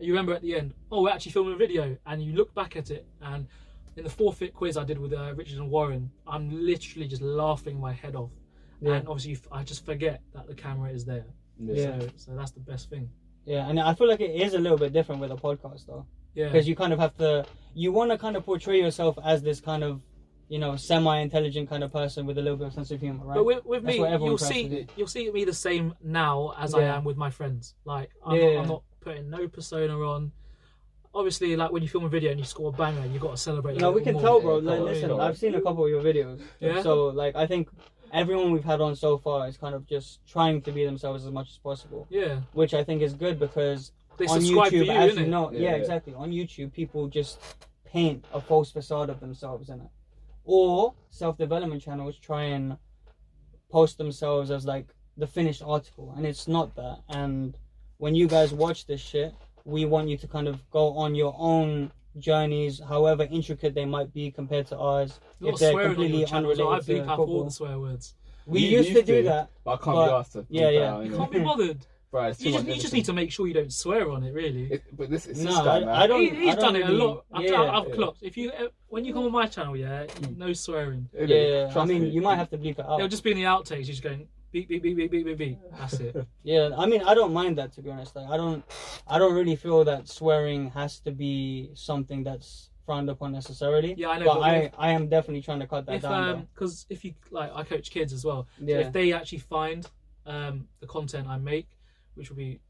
C: you remember at the end, oh, we're actually filming a video, and you look back at it, and in the forfeit quiz I did with uh, Richard and Warren, I'm literally just laughing my head off,
B: Yeah.
C: and obviously you f- I just forget that the camera is there.
A: Yeah.
B: Yeah.
C: So, so that's the best thing.
B: yeah, and I feel like it is a little bit different with a podcast though.
C: Yeah.
B: because you kind of have to you want to kind of portray yourself as this kind of you know semi-intelligent kind of person with a little bit of sense of humor right
C: But with, with
B: That's
C: me,
B: what everyone
C: you'll
B: tries to
C: see
B: do.
C: you'll see me the same now as I
B: Yeah.
C: am with my friends. Like I'm,
B: Yeah,
C: not,
B: yeah.
C: I'm not putting no persona on. Obviously, like when you film a video and you score a banger, you got to celebrate. a
B: no we can
C: little more.
B: tell bro
A: yeah,
B: like,
A: come on,
B: listen
A: come on.
B: i've seen a couple of your videos
C: Yeah?
B: so like i think everyone we've had on so far is kind of just trying to be themselves as much as possible
C: Yeah,
B: which i think is good because
C: they
B: on
C: subscribe
B: youtube
C: to you,
B: as
C: innit?
B: you know yeah,
A: Yeah, yeah.
B: exactly on youtube people just paint a false facade of themselves in it or self-development channels try and post themselves as like the finished article and it's not that and when you guys watch this shit we want you to kind of go on your own journeys however intricate they might be compared to ours
C: A lot
B: if
C: of
B: they're
C: swearing on your
B: completely
C: channel, like, I
B: unrelated to
C: bleep out all
B: football
C: the swear words.
B: we
A: You
B: used to
A: used
B: do
A: to.
B: that
A: But I can't
B: But-
A: be asked to.
B: yeah,
A: do
B: yeah.
A: That,
C: You
A: you know.
C: can't be bothered.
A: Right, it's too
C: You just,
A: much
C: you just
A: editing.
C: need to make sure you don't swear on it, really.
A: It- but this, it's
B: No,
A: this guy,
B: I-
A: man.
B: I don't-
C: he, he's done it a
B: really-
C: lot. I've,
B: yeah. Mm.
C: I've
A: Yeah.
C: clocked. If you eh, when you come on my channel, yeah, no swearing.
A: Isn't it?
B: yeah i
A: Trust
B: mean
A: me.
B: you might have to bleep it out
C: It'll just be in the outtakes. You're just going beep beep beep beep beep beep beep. That's it.
B: Yeah, I mean, I don't mind that to be honest. Like, I don't, I don't really feel that swearing has to be something that's frowned upon necessarily.
C: Yeah, I know.
B: but
C: but
B: I, I am definitely trying to cut that
C: if
B: down.
C: um, because if you like, I coach kids as well.
B: though.
C: So
B: yeah,
C: if they actually find um the content I make, which will be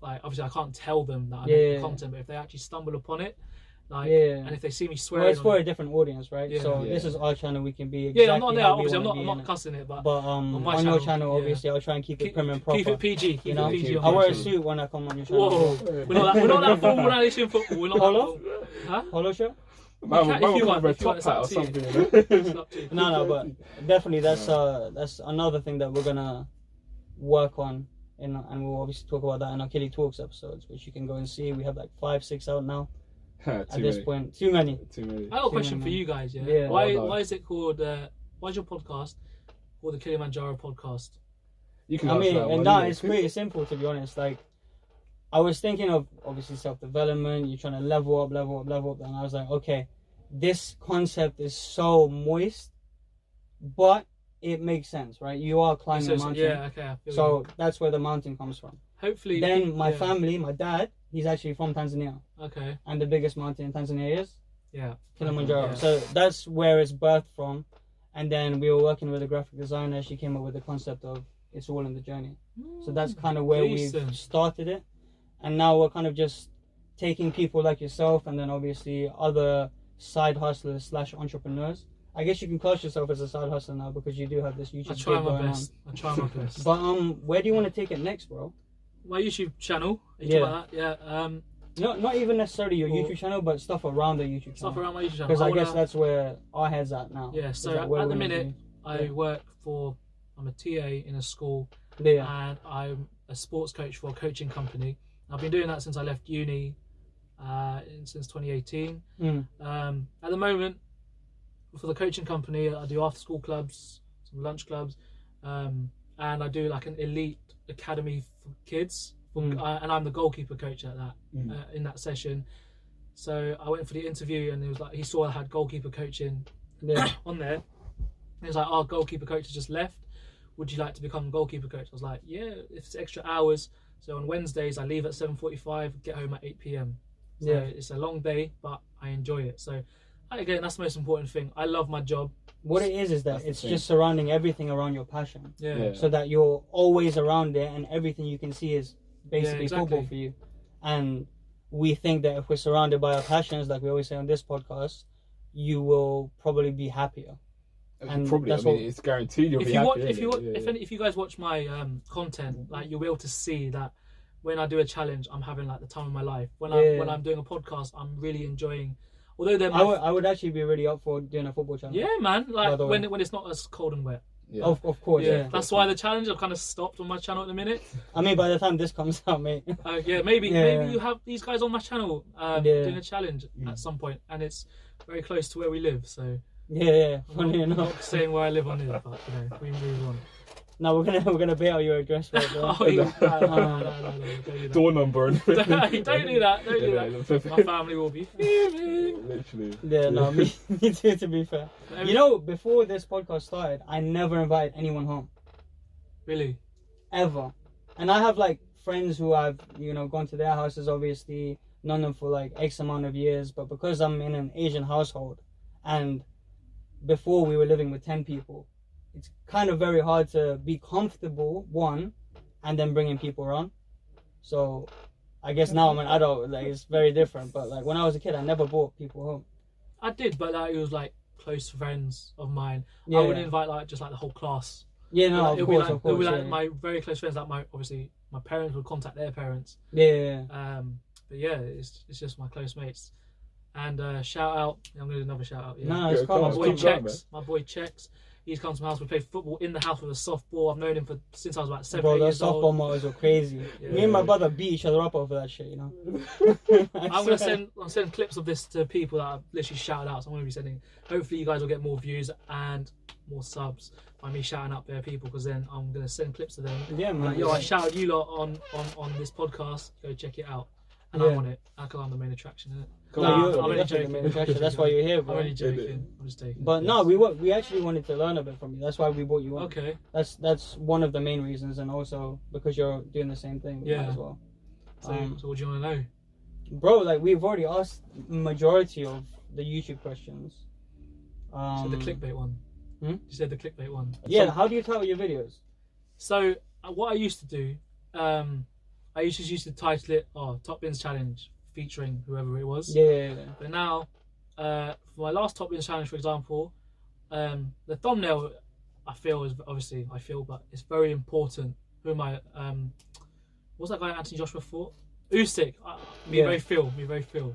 C: like obviously I can't tell them that I
B: Yeah,
C: make
B: yeah,
C: the content, but if they actually stumble upon it, like
B: yeah.
C: and if they see me swearing,
B: Well, it's
C: on
B: for
C: it-
B: a different audience, right?
C: Yeah.
B: so this
A: Yeah.
B: is our channel. We can be exactly
C: yeah, I'm not there.
B: how we
C: Obviously, I'm not.
B: wanna
C: I'm
B: be in
C: not
B: it.
C: cussing it, but,
B: But um,
C: on
B: on,
C: my
B: your
C: channel,
B: channel,
C: yeah.
B: obviously, I'll try and keep, it
C: keep,
B: prim and proper.
C: keep it PG. Keep
B: you know?
C: it PG.
A: Keep
B: I
A: it
B: wear a
A: PG.
B: suit when I come on your channel.
C: Whoa, we're not, we're not that formal Irish in football. We're not
B: Polo?
C: that formal. Huh?
B: Polo shirt?
A: Man,
C: If
A: man,
C: you
A: will
C: want-
A: cover a
C: if you want,
A: top
C: it's
A: hat
C: up
A: or
C: to you.
A: something. you
C: It's
A: know?
C: up to you.
B: No, no, but definitely that's uh that's another thing that we're gonna work on, in, and we'll obviously talk about that in our Killy Talks episodes, which you can go and see. We have like five, six out now
A: Too
B: at this
A: many.
B: point. Too many.
A: Too many.
C: I got a question for you guys. Yeah.
B: Yeah.
C: Why?
A: Oh, no.
C: Why is it called? Uh, why is your podcast called the Kilimanjaro Podcast?
A: You can
B: I
A: answer
B: mean,
A: that one,
B: and that
A: you
B: is
A: know.
B: pretty simple to be honest. Like, I was thinking of obviously self development. You're trying to level up, level up, level up, and I was like, okay, this concept is so moist, but it makes sense, right? You are climbing
C: So-
B: a
C: so-
B: mountain,
C: yeah. Okay. I feel you.
B: so that's where the mountain comes from.
C: hopefully
B: Then my
C: yeah,
B: family, my dad, he's actually from Tanzania,
C: Okay.
B: and the biggest mountain in Tanzania is
C: Yeah.
B: Kilimanjaro.
C: Mm, Yeah.
B: So that's where it's birthed from. And then we were working with a graphic designer. She came up with the concept of it's all in the journey. So that's kind of where we
C: Mm, Decent.
B: started it. And now we're kind of just taking people like yourself and then obviously other side hustlers slash entrepreneurs. I guess you can class yourself as a side hustler now because you do have this YouTube
C: I try
B: gig
C: my
B: going
C: best. I try my best.
B: on. But um, where do you want to take it next, bro?
C: my YouTube channel. Are
B: Yeah.
C: you yeah. About that? Yeah. Um,
B: Not not even necessarily your
C: Or-
B: YouTube channel, but stuff around the YouTube
C: stuff
B: channel.
C: around my YouTube channel.
B: Because Oh. I guess
C: wanna-
B: that's where our heads at now.
C: Yeah,
B: Is
C: so
B: that where
C: at
B: we're
C: the
B: gonna
C: minute, I
B: yeah.
C: work for. I'm a TA in a school,
B: be? yeah.
C: and I'm a sports coach for a coaching company. I've been doing that since I left uni, uh, in- since 2018.
B: Mm.
C: Um, at the moment, for the coaching company, I do after school clubs, some lunch clubs, um, and I do like an elite academy for kids.
B: Mm.
C: Uh, and I'm the goalkeeper coach at that
A: Mm.
C: uh, in that session. So I went for the interview, and it was like he saw I had goalkeeper coaching
B: Yeah.
C: on there. He was like, "Our goalkeeper coach has just left. Would you like to become goalkeeper coach?" I was like, "Yeah, if it's extra hours." So on Wednesdays, I leave at seven forty-five, get home at eight p.m. So
B: Yeah.
C: it's a long day, but I enjoy it. So again, that's the most important thing. I love my job.
B: What it is is that
A: That's the
B: it's
A: thing.
B: just surrounding everything around your passion,
C: Yeah.
A: Yeah.
B: so that you're always around it, and everything you can see is basically
C: exactly.
B: football for you. And we think that if we're surrounded by our passions, like we always say on this podcast, you will probably be happier. and
A: probably. I
B: that's
A: mean,
B: what-
A: it's guaranteed you'll
C: if
A: be
C: you
A: happy.
C: watch, if
A: innit?
C: you watch,
A: Yeah,
C: if
A: yeah.
C: any, if you guys watch my um, content, like you'll be able to see that when I do a challenge, I'm having like the time of my life. When I
B: Yeah.
C: when I'm doing a podcast, I'm really enjoying. Although they're
B: I
C: my,
B: would, I would actually be really up for doing a football challenge.
C: yeah, man,
B: By
C: like
B: the way.
C: when when it's not as cold and wet.
A: Yeah.
B: Of, of course, yeah.
C: that's why the challenge I've kind of stopped on my channel at the minute.
B: I mean, by the time this comes out, mate.
C: Uh, yeah, maybe
B: Yeah.
C: maybe you have these guys on my channel um,
B: Yeah. Mm.
C: doing a challenge at some point, and it's very close to where we live. So
B: yeah, yeah.
C: I'm
B: Funny
C: not, I'm
B: enough.
C: not saying where I live on here, but you know, we move on.
B: No, we're gonna we're gonna bail your address right now.
C: oh, you, no, no, no, no, no, don't do that.
A: Door number. and-
C: don't, don't do that. Don't do
A: Yeah,
C: that.
A: yeah,
C: My family will be fuming.
A: Literally.
B: Yeah, no, me, me too. To be fair, you know, before this podcast started, I never invited anyone home
C: really?
B: ever, and I have like friends who I've you know gone to their houses, obviously known them for like X amount of years, but because I'm in an Asian household, and before we were living with ten people, it's kind of very hard to be comfortable one, and then bringing people around. So, I guess now I'm an adult, like it's very different. But like when I was a kid, I never brought people home.
C: I did, but like, it was like close friends of mine.
B: Yeah,
C: I would invite like just like the whole class.
B: yeah, no,
C: Like,
B: of
C: it'll
B: course,
C: be like,
B: of course,
C: it'll be
B: yeah,
C: like my very close friends. Like my obviously my parents would contact their parents.
B: yeah, yeah, yeah.
C: Um, but yeah, it's it's just my close mates. And uh, shout out! I'm gonna do another shout out. Yeah.
B: No,
A: Yeah,
B: it's
A: come on,
B: calm.
C: my
B: it's
A: come
C: boy
B: calm.
A: on. Check.
C: checks. My boy checks. He's come to my house. We play football in the house with a softball. I've known him for since I was about seven
B: Bro,
C: eight
B: those
C: years
B: softball
C: old.
B: models were crazy.
C: Yeah.
B: Me and my brother beat each other up over that shit, you know.
C: I'm gonna send I'm sending clips of this to people that I've literally shouted out. So I'm gonna be sending. Hopefully, you guys will get more views and more subs by me shouting out their people because then I'm gonna send clips to them.
B: Yeah, man.
C: Like, yo, I shouted you lot on on on this podcast. Go check it out. And
B: Yeah.
C: I'm on it. I I'm the main attraction. Isn't it?
B: No,
A: Come on.
B: you're-
C: I'm
B: you're
C: only
B: definitely the
C: joking.
B: main attraction. That's why you're here,
C: I'm
B: bro.
C: only joking. I'm just joking.
B: But no, we wa- we actually wanted to learn a bit from you. That's why we brought you on.
C: okay.
B: That's that's one of the main reasons, and also because you're doing the same thing. Yeah.
C: Yeah.
B: As well,
C: So,
B: Um,
C: so what do you want to know?
B: bro. Like we've already asked majority of the YouTube questions.
C: So
B: Um,
C: the clickbait one.
B: Hmm?
C: You said the clickbait one.
B: Yeah, how do you title your videos?
C: So uh, what I used to do, um, I used to used to title it "Oh Top Bins Challenge" featuring whoever it was.
B: Yeah, yeah, yeah.
C: But now, uh, for my last Top Bins Challenge, for example, um, the thumbnail I feel is obviously I feel, but it's very important. Who am I? Um, what's that guy Anthony Joshua for? Usyk. Uh, me
B: Yeah.
C: very Phil. Me very Phil.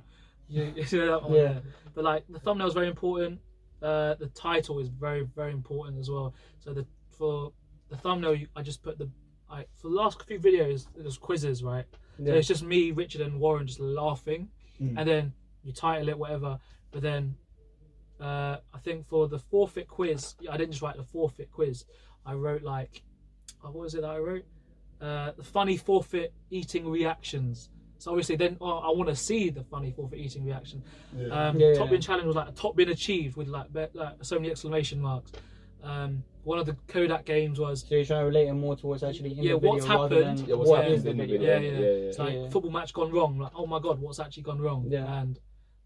C: You, you see that one?
B: Yeah.
C: there? But like the thumbnail is very important. Uh, the title is very very important as well. So the for the thumbnail, you- I just put the I for the last few videos it was quizzes, right? So
B: yeah.
C: it's just me, Richard, and Warren just laughing,
A: Mm.
C: and then you title it whatever. But then, uh, I think for the forfeit quiz, I didn't just write the forfeit quiz. I wrote like, oh, what was it that I wrote? Uh, the funny forfeit eating reactions. So obviously, then oh, I want to see the funny forfeit eating reaction.
A: Yeah.
C: Um,
B: Yeah,
C: top
B: yeah.
C: bin challenge was like a top bin achieved with like, be- like so many exclamation marks. Um, one of the Kodak games was
B: So you're trying to relate it more to what's actually in
C: Yeah,
B: the video
C: what's
B: rather
C: happened-
B: than
A: Yeah, what's
B: what
A: happened
B: is the
A: in the
B: video.
A: video.
C: yeah,
A: Yeah,
C: yeah.
A: yeah,
C: It's like
B: Yeah.
C: football match gone wrong. Like, oh my god, what's actually gone wrong?
B: Yeah.
C: And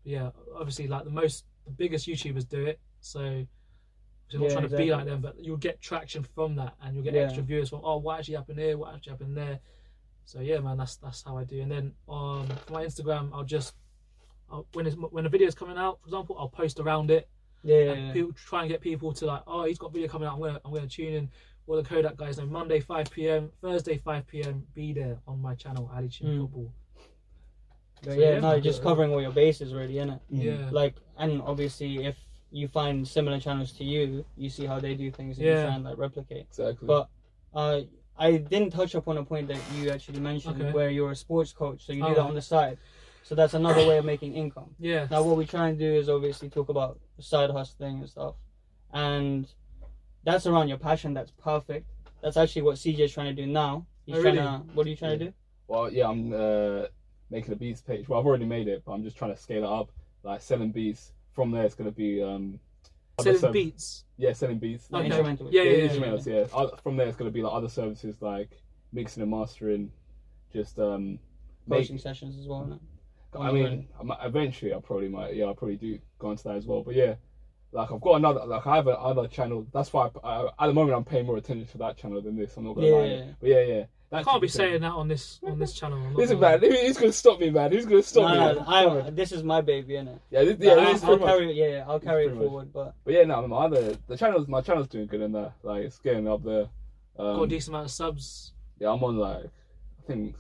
C: yeah, obviously, like the most, the biggest YouTubers do it. So, so I'm
B: Yeah,
C: not trying to
B: exactly.
C: be like them, but you'll get traction from that, and you'll get
B: Yeah.
C: extra viewers from, oh, what actually happened here? What actually happened there? So yeah, man, that's that's how I do. And then on my Instagram, I'll just I'll, when it's, when a video's coming out, for example, I'll post around it
B: Yeah, yeah,
C: and
B: yeah.
C: people try and get people to like, oh, he's got a video coming out. I'm gonna, I'm gonna tune in. Well, the Kodak guys know Monday 5 p.m., Thursday 5 p.m. Be there on my channel, Ali Chin
B: Mm.
C: Football.
B: But
C: So,
B: yeah,
C: yeah,
B: no,
C: man.
B: just covering all your bases really, innit?
A: Mm.
C: Yeah,
B: Mm. Like, and obviously, if you find similar channels to you, you see how they do things and you
C: Yeah.
B: try and like replicate.
A: Exactly.
B: But uh, I didn't touch upon a point that you actually mentioned,
C: Okay. Oh,
B: where you're a sports coach, so you do that
C: Alright.
B: on the side. So that's another way of making income.
C: yeah,
B: Now, what we try and do is obviously talk about side hustling and stuff, and that's around your passion. That's perfect. That's actually what CJ's trying to do now. He's
C: Oh,
B: trying
C: really?
B: to. What are you trying to do?
A: Well, yeah, I'm uh, making a beats page. Well, I've already made it, but I'm just trying to scale it up, like selling beats. From there, it's gonna be um, other
C: selling
A: serv-
C: beats.
A: Yeah, selling beats.
B: Like
C: Okay.
B: instrumental.
C: Yeah,
A: Yeah,
C: yeah, yeah,
A: instrumentals. Yeah. Oth- From there, it's gonna be like other services like mixing and mastering. Just um, make,
B: Coaching sessions as well. Now.
A: I mean, I might, eventually I probably might. Yeah, I probably do go into that as well. But yeah, like I've got another. Like I have another channel. That's why I, I, at the moment I'm paying more attention to that channel than this. I'm not gonna lie.
B: Yeah.
A: But yeah, yeah.
C: I
A: That
C: can't be
A: channel-
C: saying that on this on this channel. I'm not
A: Listen,
C: gonna-
A: man. Who, who's gonna stop me, man? Who's gonna stop me?
B: no,
A: man?
B: no, I, this is my baby, innit?
A: yeah, this, yeah,
B: Yeah,
A: this
B: I'll,
A: is
B: I'll
A: pretty much.
B: carry. Yeah, yeah, I'll carry it
A: pretty much-
B: forward. But
A: But yeah, no, my other the channels, my channel's doing good and that. Like it's getting up there.
C: Got a
A: Um,
C: decent amount of subs.
A: yeah, I'm on like I think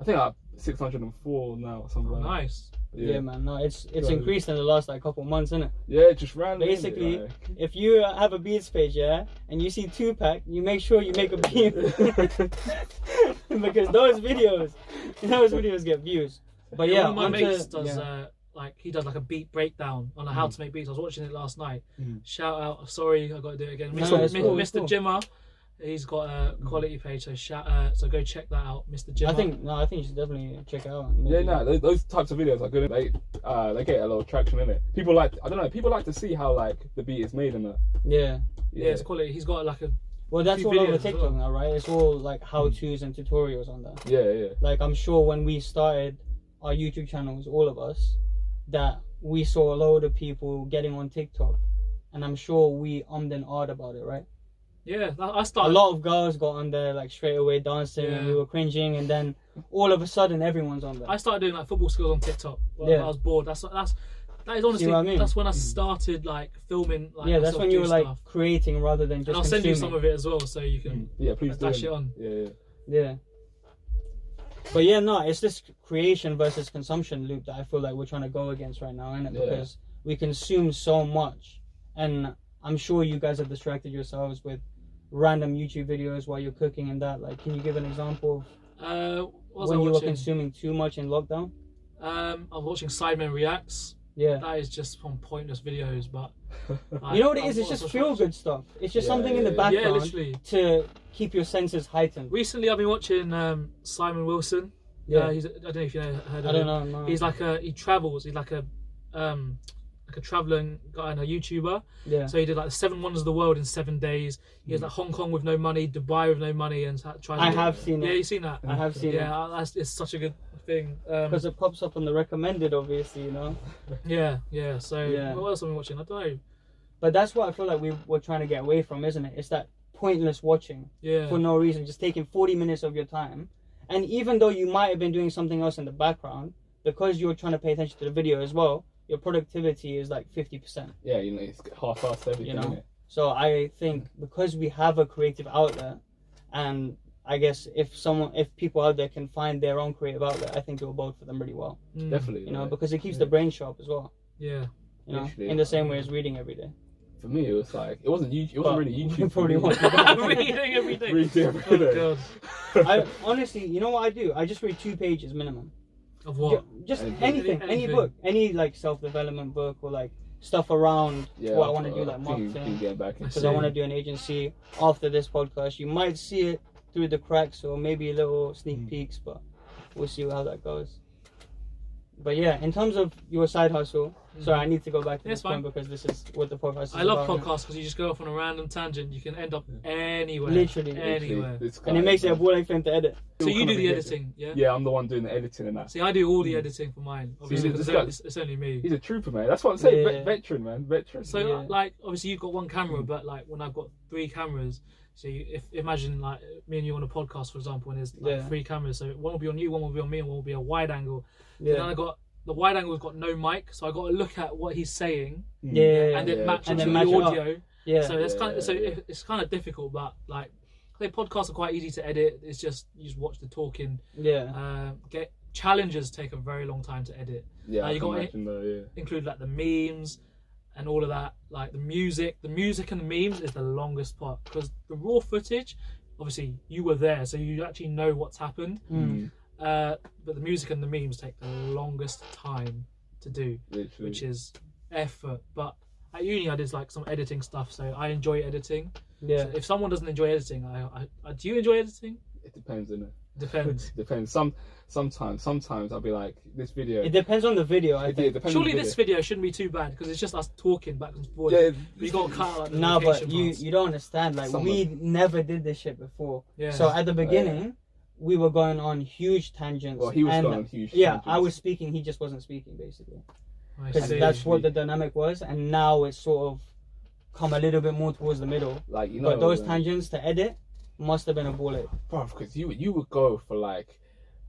A: I think like 604 now or something.
C: Oh,
A: like that.
C: nice.
B: yeah,
A: Yeah,
B: man, no, it's it's
A: Right.
B: increased in the last like couple months, innit?
A: yeah, just random. isn't it?
B: Basically, If you have a beats page, yeah, and you see two pack, you make sure you make a beat because those videos, those videos get views. But yeah,
C: one of my
B: onto-
C: mates does
B: yeah. Mm.
C: uh, like he does like a beat breakdown on how to make beats. I was watching it last night.
A: Mm.
C: Shout out! Sorry, I got to do it again.
B: No,
C: Mr.
B: it's
C: Mi-
B: cool, it's
C: Mr.
B: cool. Mm.
C: Jimmer, he's got a quality page. So shout! Uh, so go check that out, Mr. Jimmer.
B: I think no, I think you should definitely check it out.
A: Yeah, no, those, those types of videos are good. They uh, they get a lot of traction in it. People like, I don't know, people like to see how like the beat is made and that.
B: Yeah.
C: yeah, it's quality. He's got like a
B: Well, that's
C: Few
B: all
C: videos
B: over
C: as
B: TikTok
C: well.
B: now, right? It's all like how tos and tutorials on that.
A: yeah, yeah,
B: Like I'm sure when we started our YouTube channels, all of us, that we saw a load of people getting on TikTok, and I'm sure we ummed and ahed about it, right?
C: yeah. that- I
B: a
C: started.
B: lot of girls got on there like straight away dancing and we
C: Yeah.
B: were cringing and then all of a sudden everyone's on there
C: I started doing like football skills on TikTok. When
B: Yeah.
C: I was bored. That's that's that is honestly
B: what I mean? Mm.
C: that's when I started like filming. Like,
B: yeah that's
C: myself
B: when you
C: do
B: were like
C: stuff.
B: creating rather than just
C: And I'll send you
B: consuming.
C: some of it as well, so you
B: Mm.
C: can
A: yeah. Please do.
C: dash it
A: it.
C: on.
A: Yeah, yeah.
B: yeah but yeah no it's this creation versus consumption loop that i feel like we're trying to go against right now innit?
A: Yeah.
B: because we consume so much and i'm sure you guys have distracted yourselves with random youtube videos while you're cooking and that like can you give an example
C: Uh, what
B: of
C: was I
B: Mm. when you were
C: watching?
B: consuming too much in lockdown
C: Um, I was watching Sidemen reacts.
B: yeah
C: That is just from pointless videos, but like,
B: you know what it
C: I
B: is? It's
C: thought it
B: just
C: was
B: feel
C: watching-
B: good stuff. It's just
A: Yeah,
B: something in the
A: yeah, yeah.
C: Yeah,
B: background
C: literally.
B: to keep your senses heightened.
C: Recently, I've been watching um, Simon Wilson.
B: Yeah,
C: Uh, he's, I don't know if you know, heard of
B: I don't
C: him.
B: know. No.
C: He's like a he travels. He's like a um, like a traveling guy and a YouTuber.
B: yeah, Mm.
C: So he did like the seven wonders of the world in seven days. He was like Hong Kong with no money, Dubai with no money, and tries.
B: I
C: to-
B: have seen
C: Yeah, um,
B: it.
C: you seen that?
B: I have seen
C: Yeah, I- that's, it's such a good thing. Um,
B: because it pops up on the recommended, obviously, you know.
C: yeah, yeah. So
B: Yeah.
C: what else am I watching? I don't know.
B: But that's what I feel like we we're trying to get away from, isn't it? It's that pointless watching
C: Yeah,
B: for no reason, just taking forty minutes of your time, and even though you might have been doing something else in the background, because you're trying to pay attention to the video as well, your productivity is like fifty percent.
A: Yeah, you know, it's half-assed everything.
B: You know?
A: innit?
B: So I think because we have a creative outlet, and I guess if someone, if people out there can find their own creative outlet, I think it will bode for them really well.
C: Mm,
A: definitely.
B: You know,
A: like,
B: because it keeps the
A: yeah.
B: brain sharp as well.
C: Yeah,
B: You know,
A: Literally,
B: in the
A: yeah.
B: same way as reading every day.
A: for me, it was like it wasn't YouTube. It wasn't
B: But
A: really YouTube.
B: we
A: for me.
B: probably won't do that.
C: reading every day.
A: Reading every
C: Oh,
A: day.
C: God.
B: I honestly, you know what I do? I just read two pages minimum.
C: Of what?
B: Ju- Just
A: Anything.
B: anything, any
C: Anything.
B: book, any like self development book or like stuff around
A: yeah,
B: what I want to
A: uh,
B: do, like
A: I think you've been
B: marketing.
A: getting back into
B: Because I
C: see.
B: want to do an agency after this podcast. You might see it through the cracks or maybe a little sneak
A: Mm.
B: peeks, but we'll see how that goes. But yeah, in terms of your side hustle, sorry, I need to go back to
C: Mm. That's
B: this point because this is what the podcast is
C: I love
B: about,
C: podcasts because you just go off on a random tangent. You can end up anywhere.
B: Literally.
C: Anywhere.
A: This guy,
B: And it makes it a
A: man.
B: bullet for him to edit.
C: So you do the
A: Yeah.
C: editing, yeah?
A: Yeah, I'm the one doing the editing and that.
C: See, I do all
B: Mm.
C: the editing for mine. Obviously,
A: See, this
C: because
A: guy-
C: it's, it's only me.
A: He's a trooper, man. That's what I'm saying. Ve-
B: Yeah.
A: veteran, man. Veteran.
C: So,
B: Yeah. Hmm.
C: like, obviously, you've got one camera, but like when I've got three cameras, so you, if imagine like me and you on a podcast, for example, and there's like
B: Yeah.
C: three cameras. So one will be on you, one will be on me, and one will be a wide angle. And then
B: Yeah.
C: I got the wide angle's got no mic, so I got to look at what he's saying
A: Mm.
B: Yeah.
C: and then
A: Yeah.
C: match
B: And
C: it to
B: then
C: the
B: match it up.
C: audio.
B: Yeah.
C: So that's kind of so
A: Yeah, yeah.
C: it- it's kind of difficult, but like I think podcasts are quite easy to edit. It's just you just watch the talking.
B: yeah.
C: Uh, get challenges take a very long time to edit,
A: Yeah,
C: Uh,
A: I
C: you
A: can
C: got it?
A: imagine though, yeah.
C: include like the memes and all of that. Like the music, the music and the memes is the longest part because the raw footage. Obviously, you were there, so you actually know what's happened.
B: Mm.
C: Uh, but the music and the memes take the longest time to do,
A: Literally.
C: which is effort. But at uni, I did like some editing stuff, so I enjoy editing.
B: Yeah.
C: So if someone doesn't enjoy editing, I, I, I do you enjoy editing?
A: It depends, innit?
C: Depends.
A: Depends. Some sometimes sometimes I'll be like, this video
B: It depends on the video, I
A: it
B: think.
A: depends on
C: Surely
A: the video.
C: this video shouldn't be too bad because it's just us talking back and forth.
A: Yeah,
C: We got to cut out like, the
B: Nah, but
C: location
B: you
C: parts.
B: you don't understand. Like
A: Some
B: we never did this shit before.
C: yeah.
B: So at the
A: yeah.
B: beginning, we were going on huge tangents.
A: well he was
B: and-
A: going on huge
B: Yeah,
A: tangents.
B: I was speaking. He just wasn't speaking, basically.
C: I
B: Because
C: see.
B: that's what the dynamic was, and now it's sort of come a little bit more towards the middle.
A: like you know
B: but those
A: man.
B: tangents to edit must have been a bullet.
A: Bruv, because you you would go for like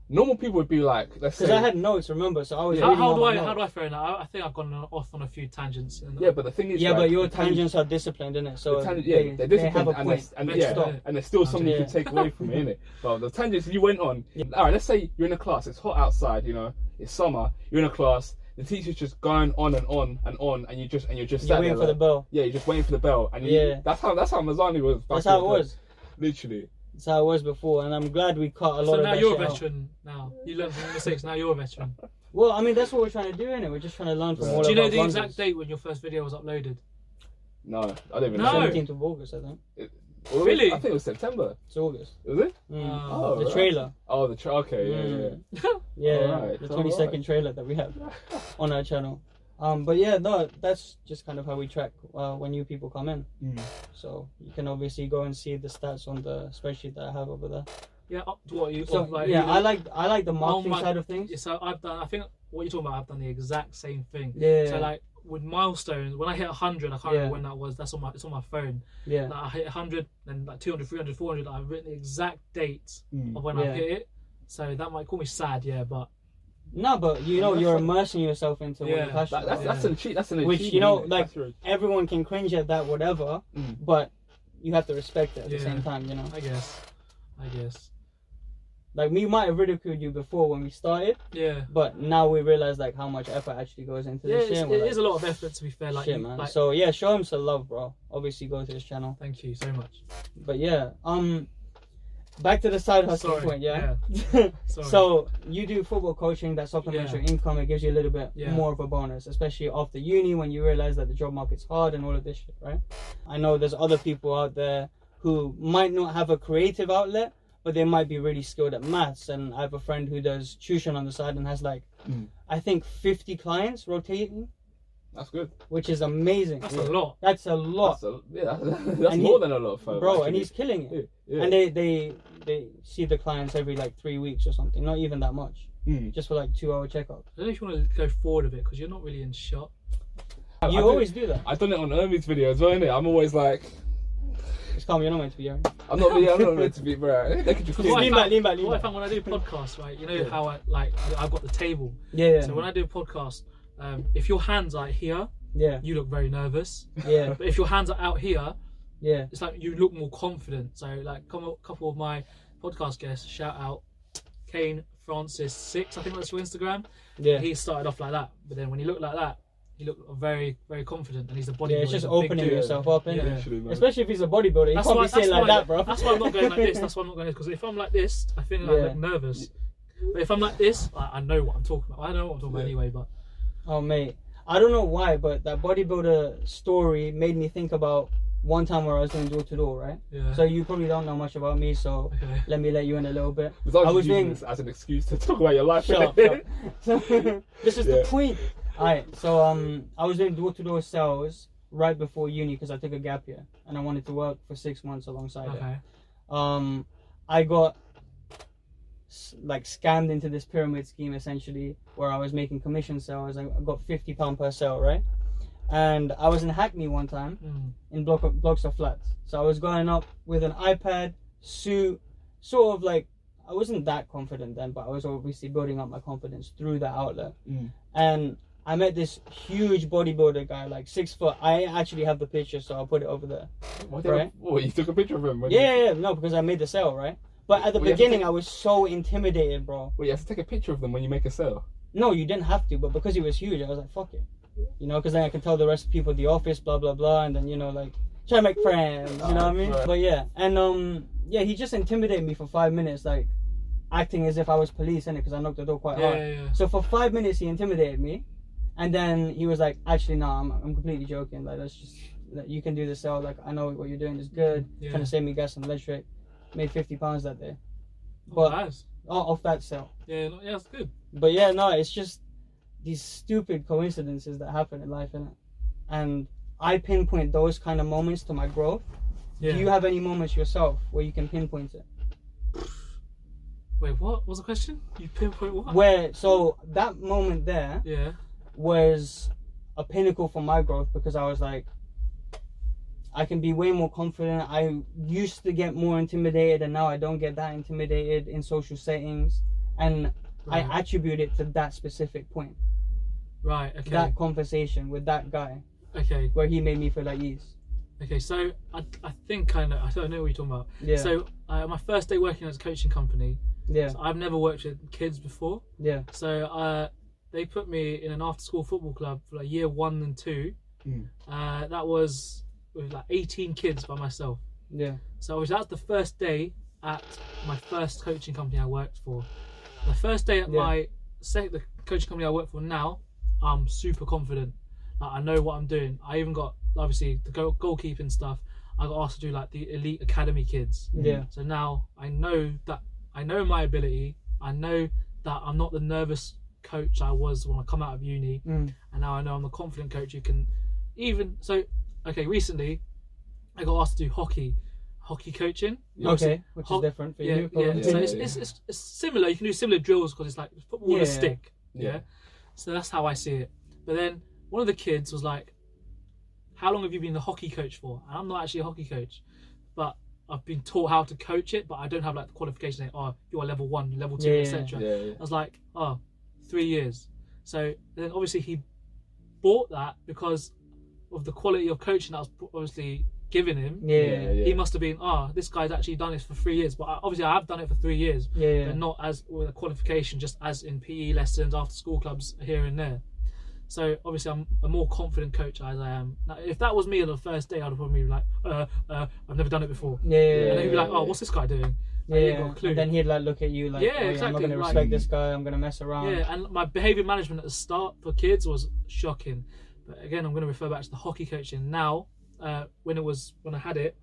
A: normal people would be like let's
B: Because
A: say
B: I had notes, remember? So I was.
A: Yeah.
C: how,
B: reading
C: how
B: all
C: do
B: my
C: I how
B: notes.
C: do I throw in that? I, I think I've gone on- off on a few tangents. and-
A: yeah but the thing is
B: Yeah,
A: like,
B: but your
A: the tangent-
B: tangents are disciplined, innit?
A: the
B: So
A: tangent-
B: they,
A: yeah they're
B: they have
A: disciplined
B: a
A: and,
B: point.
A: there's, and
C: They
A: yeah
C: stop.
A: and there's still something you
B: Yeah.
A: can take away from it innit but the tangents you went on all right let's say you're in a class it's hot outside you know it's summer you're in a class the teacher's just going on and on and on and you just and you're just
B: You're
A: sat
B: waiting
A: there
B: for the
A: like-
B: bell.
A: Yeah, you're just waiting for the bell, and yeah,
B: Yeah.
A: that's how that's how Mazzani was. back
B: That's how
A: in
B: it
A: the-
B: was.
A: Literally,
B: That's how it was before, and I'm glad we cut a lot
C: So
B: of
C: now
B: that
C: you're a
B: shit out.
C: veteran. Now you learned from your mistakes. Now you're a veteran.
B: Well, I mean, that's what we're trying to do, innit? We're just trying to learn from
A: Right.
B: all
C: do you
B: of
C: know
B: our
C: the
B: blunders.
C: exact date when your first video was uploaded?
A: no, I don't even
C: No.
A: know.
B: 17th of August, I think.
A: Well,
C: Really?
A: I think it was September.
B: It's August.
A: Was it?
B: Mm.
A: Oh,
B: the
A: right.
B: trailer.
A: Oh, the tra- okay, yeah, yeah, yeah.
B: Mm. Yeah,
A: Alright,
B: the
A: alright.
B: 22nd trailer that we have on our channel. Um, but yeah, no, that's just kind of how we track uh, when new people come in.
A: Mm.
B: So you can obviously go and see the stats on the spreadsheet that I have over there.
C: Yeah. Up to what you?
B: So
C: of, like,
B: yeah,
C: you
B: I like I like the
C: Oh
B: marketing
C: my-
B: side of things.
C: Yeah, So I've done. I think what you're talking about. I've done the exact same thing.
B: Yeah,
C: So like with milestones, when I hit 100, I can't
B: Yeah.
C: remember when that was. That's on my it's on my phone.
B: yeah,
C: Like I hit 100, then like 200, 300, 400. I've written the exact date
A: Mm.
C: of when
B: Yeah.
C: I hit it. So that might call me sad, yeah, but
B: no, but you know,
A: That's
B: you're
A: what-
B: immersing yourself into what
C: Yeah,
B: you're passionate
A: That, that's
B: about.
A: that's an cheat. That's an
B: Which, you
A: achievement,
B: know,
A: innit?
B: like-
A: That's your-
B: Everyone can cringe at that, whatever,
A: Mm.
B: but you have to respect it at the
C: Yeah.
B: same time, you know.
C: I guess, I guess,
B: Like we might have ridiculed you before when we started,
C: yeah.
B: but now we realize like how much effort actually goes into
C: Yeah,
B: this
C: it's,
B: shit.
C: it
B: and we're
C: is a lot of effort to be fair.
B: like,
C: Like,
B: shit,
C: you-
B: man.
C: like-
B: so yeah, show him some love, bro. Obviously, go to his channel.
C: thank you so much.
B: But yeah, um, back to the side hustle
C: Sorry,
B: point, yeah.
C: Sorry.
B: so you do football coaching that supplements
C: Yeah.
B: your income. It gives you a little bit
C: Yeah.
B: more of a bonus, especially after uni when you realize that the job market's hard and all of this shit, right? I know there's other people out there who might not have a creative outlet, but they might be really skilled at maths. And I have a friend who does tuition on the side and has like,
A: Mm.
B: I think 50 clients rotating,
A: That's good.
B: which is amazing.
C: that's a lot.
B: That's a lot,
A: That's, a, yeah, that's, that's
B: And
A: more
B: he-
A: than a lot of fun,
B: bro, and
A: actually.
B: he's killing it.
A: yeah, yeah.
B: And they, they they see the clients every like three weeks or something. Not even that much.
A: Mm.
B: just for like two hour checkup.
C: I don't know if you want to go forward a bit because you're not really in shot.
A: I- I
B: You
A: did-
B: always do that.
A: I've done it on Ermi's video as well, innit? I'm always like,
B: It's calm. You're not meant to be here.
A: I'm not really, I'm not meant to be, bro. They could just
C: what I
B: Lean
A: kill
B: back,
C: found-
B: lean back, lean
C: What I
B: back.
C: found when I do podcasts, right? You know
A: Yeah.
C: how I like I- I've got the table.
B: Yeah, yeah,
C: So when I do podcasts, um, if your hands are here,
B: yeah,
C: you look very nervous.
B: yeah,
C: But if your hands are out here,
B: yeah.
C: it's like you look more confident. So like come a couple of my podcast guests, shout out Kane Francis Six, I think that's your Instagram.
B: yeah.
C: He started off like that, but then when he looked like that, he looked very very confident, and he's a body.
B: Yeah, it's
C: he's
B: just
C: a big
B: opening
C: dude.
B: yourself up, innit?
C: Yeah.
A: Literally, man.
B: Especially if he's a bodybuilder, you
C: That's
B: can't
C: why,
B: be saying
C: that's
B: like
C: why-
B: that, bro.
C: That's why I'm not going like this. That's why I'm not going like this. Because if I'm like this, I think I
B: Yeah.
C: look nervous. But if I'm like this, I, I know what I'm talking about. I know what I'm talking about
A: Yeah.
C: anyway. But
B: Oh mate, I don't know why, but that bodybuilder story made me think about one time where I was doing door to door, right?
C: yeah.
B: So you probably don't know much about me, so
C: okay.
B: let me let you in a little bit.
A: Without
B: I
A: you
B: was
A: using
B: doing-
A: this as an excuse to talk about your life.
B: Shut up,
A: innit?
B: So this is the
A: Yeah.
B: point. Alright, so um, I was doing door to door sales right before uni because I took a gap year and I wanted to work for six months alongside it.
C: Okay.
B: um, I got s- like scammed into this pyramid scheme essentially, where I was making commission sales. I got fifty pound per sale, right? And I was in Hackney one time
C: Mm.
B: in block blocks of flats. So I was going up with an iPad, suit, sort of like I wasn't that confident then, but I was obviously building up my confidence through that outlet.
A: Mm.
B: And I met this huge bodybuilder guy, like six foot. I actually have the picture, so I'll put it over there.
A: What, did I-
B: Right.
A: what, you took a picture of him? when you-
B: Yeah, yeah, yeah, no, because I made the sale, right? But at the
A: Well, you have to
B: beginning,
A: take-
B: I was so intimidated, bro.
A: Wait, you have to take a picture of them when you make a sale.
B: No, you didn't have to, but because he was huge, I was like, fuck it. You know, because then I could tell the rest of people at the office, blah, blah, blah, and then, you know, like, try to make friends, you know what I mean?
A: Right.
B: But yeah, and, um, yeah, he just intimidated me for five minutes, like, acting as if I was police, innit? Because I knocked the door quite
C: Yeah,
B: hard.
C: yeah, yeah.
B: So for five minutes, he intimidated me, and then he was like, "Actually, no, I'm, I'm completely joking. Like, let's just like, you can do this sell. Like, I know what you're doing is good.
C: Yeah.
B: Trying to save me gas and electric. Made fifty pounds that day.
C: Not
B: But
C: nice.
B: oh, off that sale.
C: Yeah, no, yeah, that's good.
B: But yeah, no, it's just these stupid coincidences that happen in life, innit? And I pinpoint those kind of moments to my growth.
C: Yeah.
B: Do you have any moments yourself where you can pinpoint it?
C: Wait, what? What's the question? You pinpoint what?
B: Where so that moment there,
C: Yeah.
B: was a pinnacle for my growth because I was like, I can be way more confident. I used to get more intimidated, and now I don't get that intimidated in social settings. And
C: Right.
B: I attribute it to that specific point,
C: right. Okay.
B: that conversation with that guy,
C: Okay.
B: where he made me feel at ease.
C: Okay. So I, I think I know. I don't know what you're talking about.
B: Yeah,
C: So uh, my first day working at a coaching company.
B: yeah,
C: So I've never worked with kids before.
B: yeah,
C: So uh, they put me in an after-school football club for like year one and two.
A: Mm.
C: Uh, that was with like 18 kids by myself.
B: yeah,
C: So obviously that's the first day at my first coaching company I worked for. The first day at
B: Yeah.
C: my second the coaching company I work for now, I'm super confident. Like I know what I'm doing. I even got obviously the goal, goalkeeping stuff. I got asked to do like the elite academy kids.
B: yeah,
C: So now I know that I know my ability. I know that I'm not the nervous coach I was when I come out of uni,
B: mm,
C: and now I know I'm the confident coach who can even. So, okay, recently I got asked to do hockey, hockey coaching. Obviously-
B: Mm. okay, which is
C: Hot-
B: different for
C: Yeah,
B: you. Oh,
C: yeah.
B: probably.
C: So
A: Yeah,
C: it's,
A: yeah.
C: It's, it's, it's similar. You can do similar drills because it's like football and a
B: Yeah.
C: stick. Yeah.
A: Yeah.
C: So that's how I see it. But then one of the kids was like, "How long have you been the hockey coach for?" And I'm not actually a hockey coach, but I've been taught how to coach it, but I don't have like the qualification. Like, oh, you are level one, level two,
B: Yeah, yeah.
C: etc.
A: Yeah, yeah.
C: I was like, oh, three years. So then obviously he bought that because of the quality of coaching that was obviously given him.
B: yeah, yeah, yeah,
C: He must have been, oh, this guy's actually done this for three years. But I, obviously, I have done it for three years,
B: yeah,
C: but not as with a qualification, just as in PE lessons, after school clubs here and there. So obviously, I'm a more confident coach as I am. Now, if that was me on the first day, I'd have probably been like, uh, uh, I've never done it before.
B: yeah,
C: And then
B: yeah.
C: he'd be like,
A: yeah,
C: oh,
A: yeah.
C: what's this guy doing?
B: yeah,
C: ain't got a clue.
B: And then he'd like look at you like,
C: Yeah,
B: oh, I'm not
C: exactly,
B: gonna
C: like-
B: respect this guy. I'm gonna mess around.
C: Yeah, and my behavior management at the start for kids was shocking. But again, I'm going to refer back to the hockey coaching. Now, uh, when it was when I had it,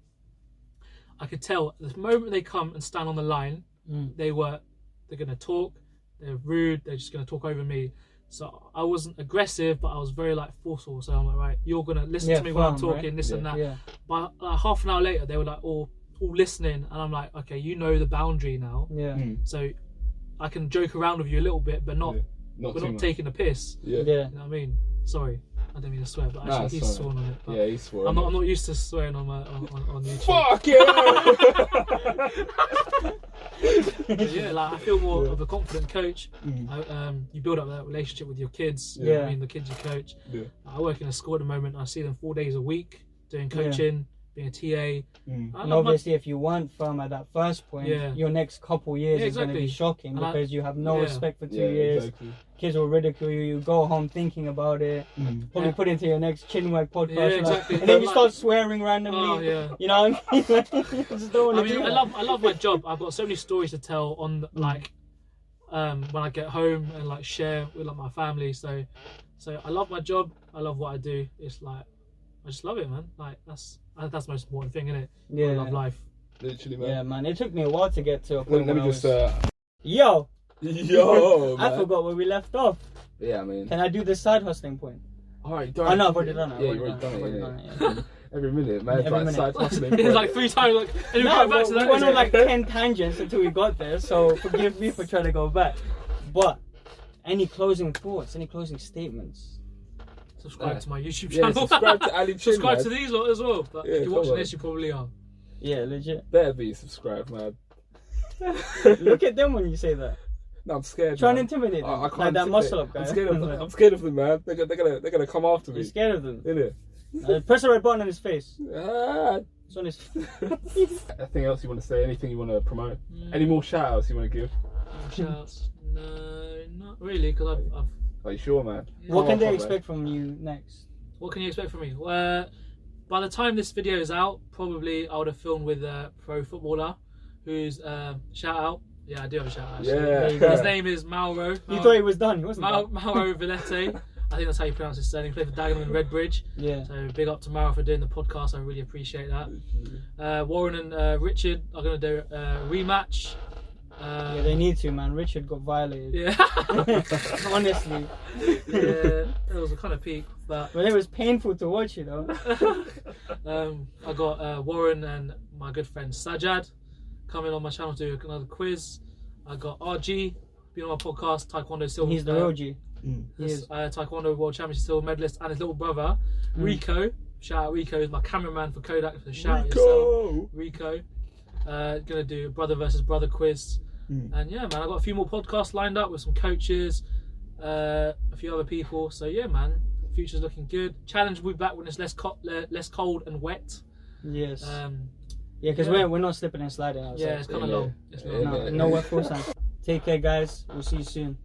C: I could tell the moment they come and stand on the line,
B: Mm.
C: they were they're going to talk. They're rude. They're just going to talk over me. So I wasn't aggressive, but I was very like forceful. So I'm like, right, you're going to listen
B: Yeah,
C: to me when I'm
B: firm, right?
C: talking, this and that.
B: yeah.
C: But like, half an hour later, they were like all all listening, and I'm like, okay, you know the boundary now.
B: Yeah.
A: Mm.
C: So I can joke around with you a little bit, but not
A: Yeah, Not
C: we're
A: too
C: not
A: much.
C: taking a piss.
A: yeah.
B: Yeah.
C: You know what I mean? Sorry, I didn't mean to swear, but
A: Nah,
C: actually
A: it's
C: he's
A: alright.
C: sworn on it. But
A: Yeah, he's swearing.
C: I'm not. I'm not used to swearing on my on, on, on YouTube.
A: Fuck Mm, yeah!
C: But yeah, like I feel more of a confident coach.
A: Mm.
C: I, um, you build up that relationship with your kids. You know
B: Yeah.
C: what I mean, the kids you coach.
A: Yeah.
C: I work in a school at the moment. I see them four days a week doing
B: Yeah.
C: coaching, being a TA.
A: Mm.
C: I
B: And
C: love my-
B: obviously, if you weren't firm at that first point,
C: Yeah.
B: your next couple years
C: Yeah,
B: is going to
C: exactly.
B: be shocking
C: And I-
B: because you have no
C: yeah.
B: respect for two
A: Yeah,
B: years.
A: exactly.
B: Kids will ridicule you. You go home thinking about it.
A: Mm.
B: Probably
C: Yeah.
B: put into your next chinwag podcast.
C: Yeah,
B: like-
C: exactly.
B: and then you
C: Like-
B: start swearing randomly.
C: Oh yeah.
B: You know what I mean? I just don't want
C: I
B: to do
C: mean, I
B: that.
C: love I love my job. I've got so many stories to tell on
A: Mm.
C: like um, when I get home and like share with like my family. So so I love my job. I love what I do. It's like I just love it, man. Like that's I think that's the most important thing, isn't it? I love
B: yeah.
C: life.
A: Literally, man.
B: yeah, man. It took me a while to get to a
A: Let,
B: point.
A: let
B: where
A: me
B: I
A: just.
B: was-
A: Uh,
B: Yo,
A: yo,
B: I
A: man.
B: forgot where we left off.
A: Yeah, man.
B: Can I do the side hustling point?
A: All right,
B: Oh, no, I've already done it. I've
A: Yeah,
B: already
A: you already
B: done
A: done
B: it,
A: it.
B: I've
A: yeah.
B: already done
A: Every minute, man. It's
B: Every
A: like
B: minute.
A: side hustling.
C: it's
A: bro.
C: like three times. Like and we go back
B: well,
C: to that.
B: we went on
C: isn't
B: like
C: it?
B: ten tangents until we got there, so forgive me for trying to go back. But any closing thoughts? Any closing statements?
C: subscribe
A: Yeah.
C: to my YouTube
A: yeah,
C: channel.
A: subscribe to Ali Chin.
C: Subscribe
A: man.
C: to these lot as well. But
A: Yeah,
C: if
A: come
C: you're watching
A: on.
C: this, you probably are.
B: Yeah, legit.
A: Better be subscribed, man.
B: Look at them when you say that.
A: No, I'm scared.
B: Try and
A: man.
B: intimidate them.
A: I, I can't
B: like that
A: sit there.
B: muscle up guy.
A: I'm scared of them. I'm scared of them, man. They're, gonna- they're gonna they're gonna come after
B: You're
A: me.
B: scared of them.
A: Isn't it?
B: Uh, press the red button on his face.
A: Ah.
B: It's on his.
A: Anything else you want to say? Anything you want to promote?
B: Mm.
A: Any more shout outs you want to give?
C: Shouts? No, not really. Because I've, I've
A: Are you sure, man?
B: what
A: Come on,
B: can they
A: come on.
B: expect from you next?
C: what can you expect from me? Well, uh, by the time this video is out, probably I would have filmed with a pro footballer, who's uh, shout out. Yeah, I do have a shout out. actually.
A: Yeah.
B: you go.
C: His name is Mauro.
B: You
C: Mauro-
B: thought he was done. He wasn't.
C: Mau-
B: done.
C: Mauro Villette. I think that's how you pronounce his surname. He played for Dagenham and Redbridge.
B: Yeah.
C: So big up to Mauro for doing the podcast. I really appreciate that. Uh, Warren and uh, Richard are going to do a rematch. Uh,
B: Yeah, they need to, man. Richard got violated.
C: yeah.
B: Honestly,
C: yeah, it was a kind of peak, but
B: but it was painful to watch, you know.
C: um, I got uh, Warren and my good friend Sajad coming on my channel to do another quiz. I got RG been on my podcast, Taekwondo Silver.
B: He's the
C: uh,
B: real G. He
C: this,
B: is. Mm.
C: uh, Taekwondo World Championship silver medalist, and his little brother Rico. Shout out Rico, is my cameraman for Kodak. So shout out yourself,
A: Go.
C: Rico. Uh, gonna do brother versus brother quiz, and yeah, man, I got a few more podcasts lined up with some coaches, uh, a few other people. So yeah, man, future's looking good. Challenge will be back when it's less co- le- less cold and wet.
B: Yes.
C: Um,
B: yeah, because
C: yeah.
B: we're, we're not slipping and sliding outside.
C: yeah, it's kind of
A: Yeah.
C: long. It's long.
A: Yeah.
B: No, no work full time. Take care, guys. We'll see you soon.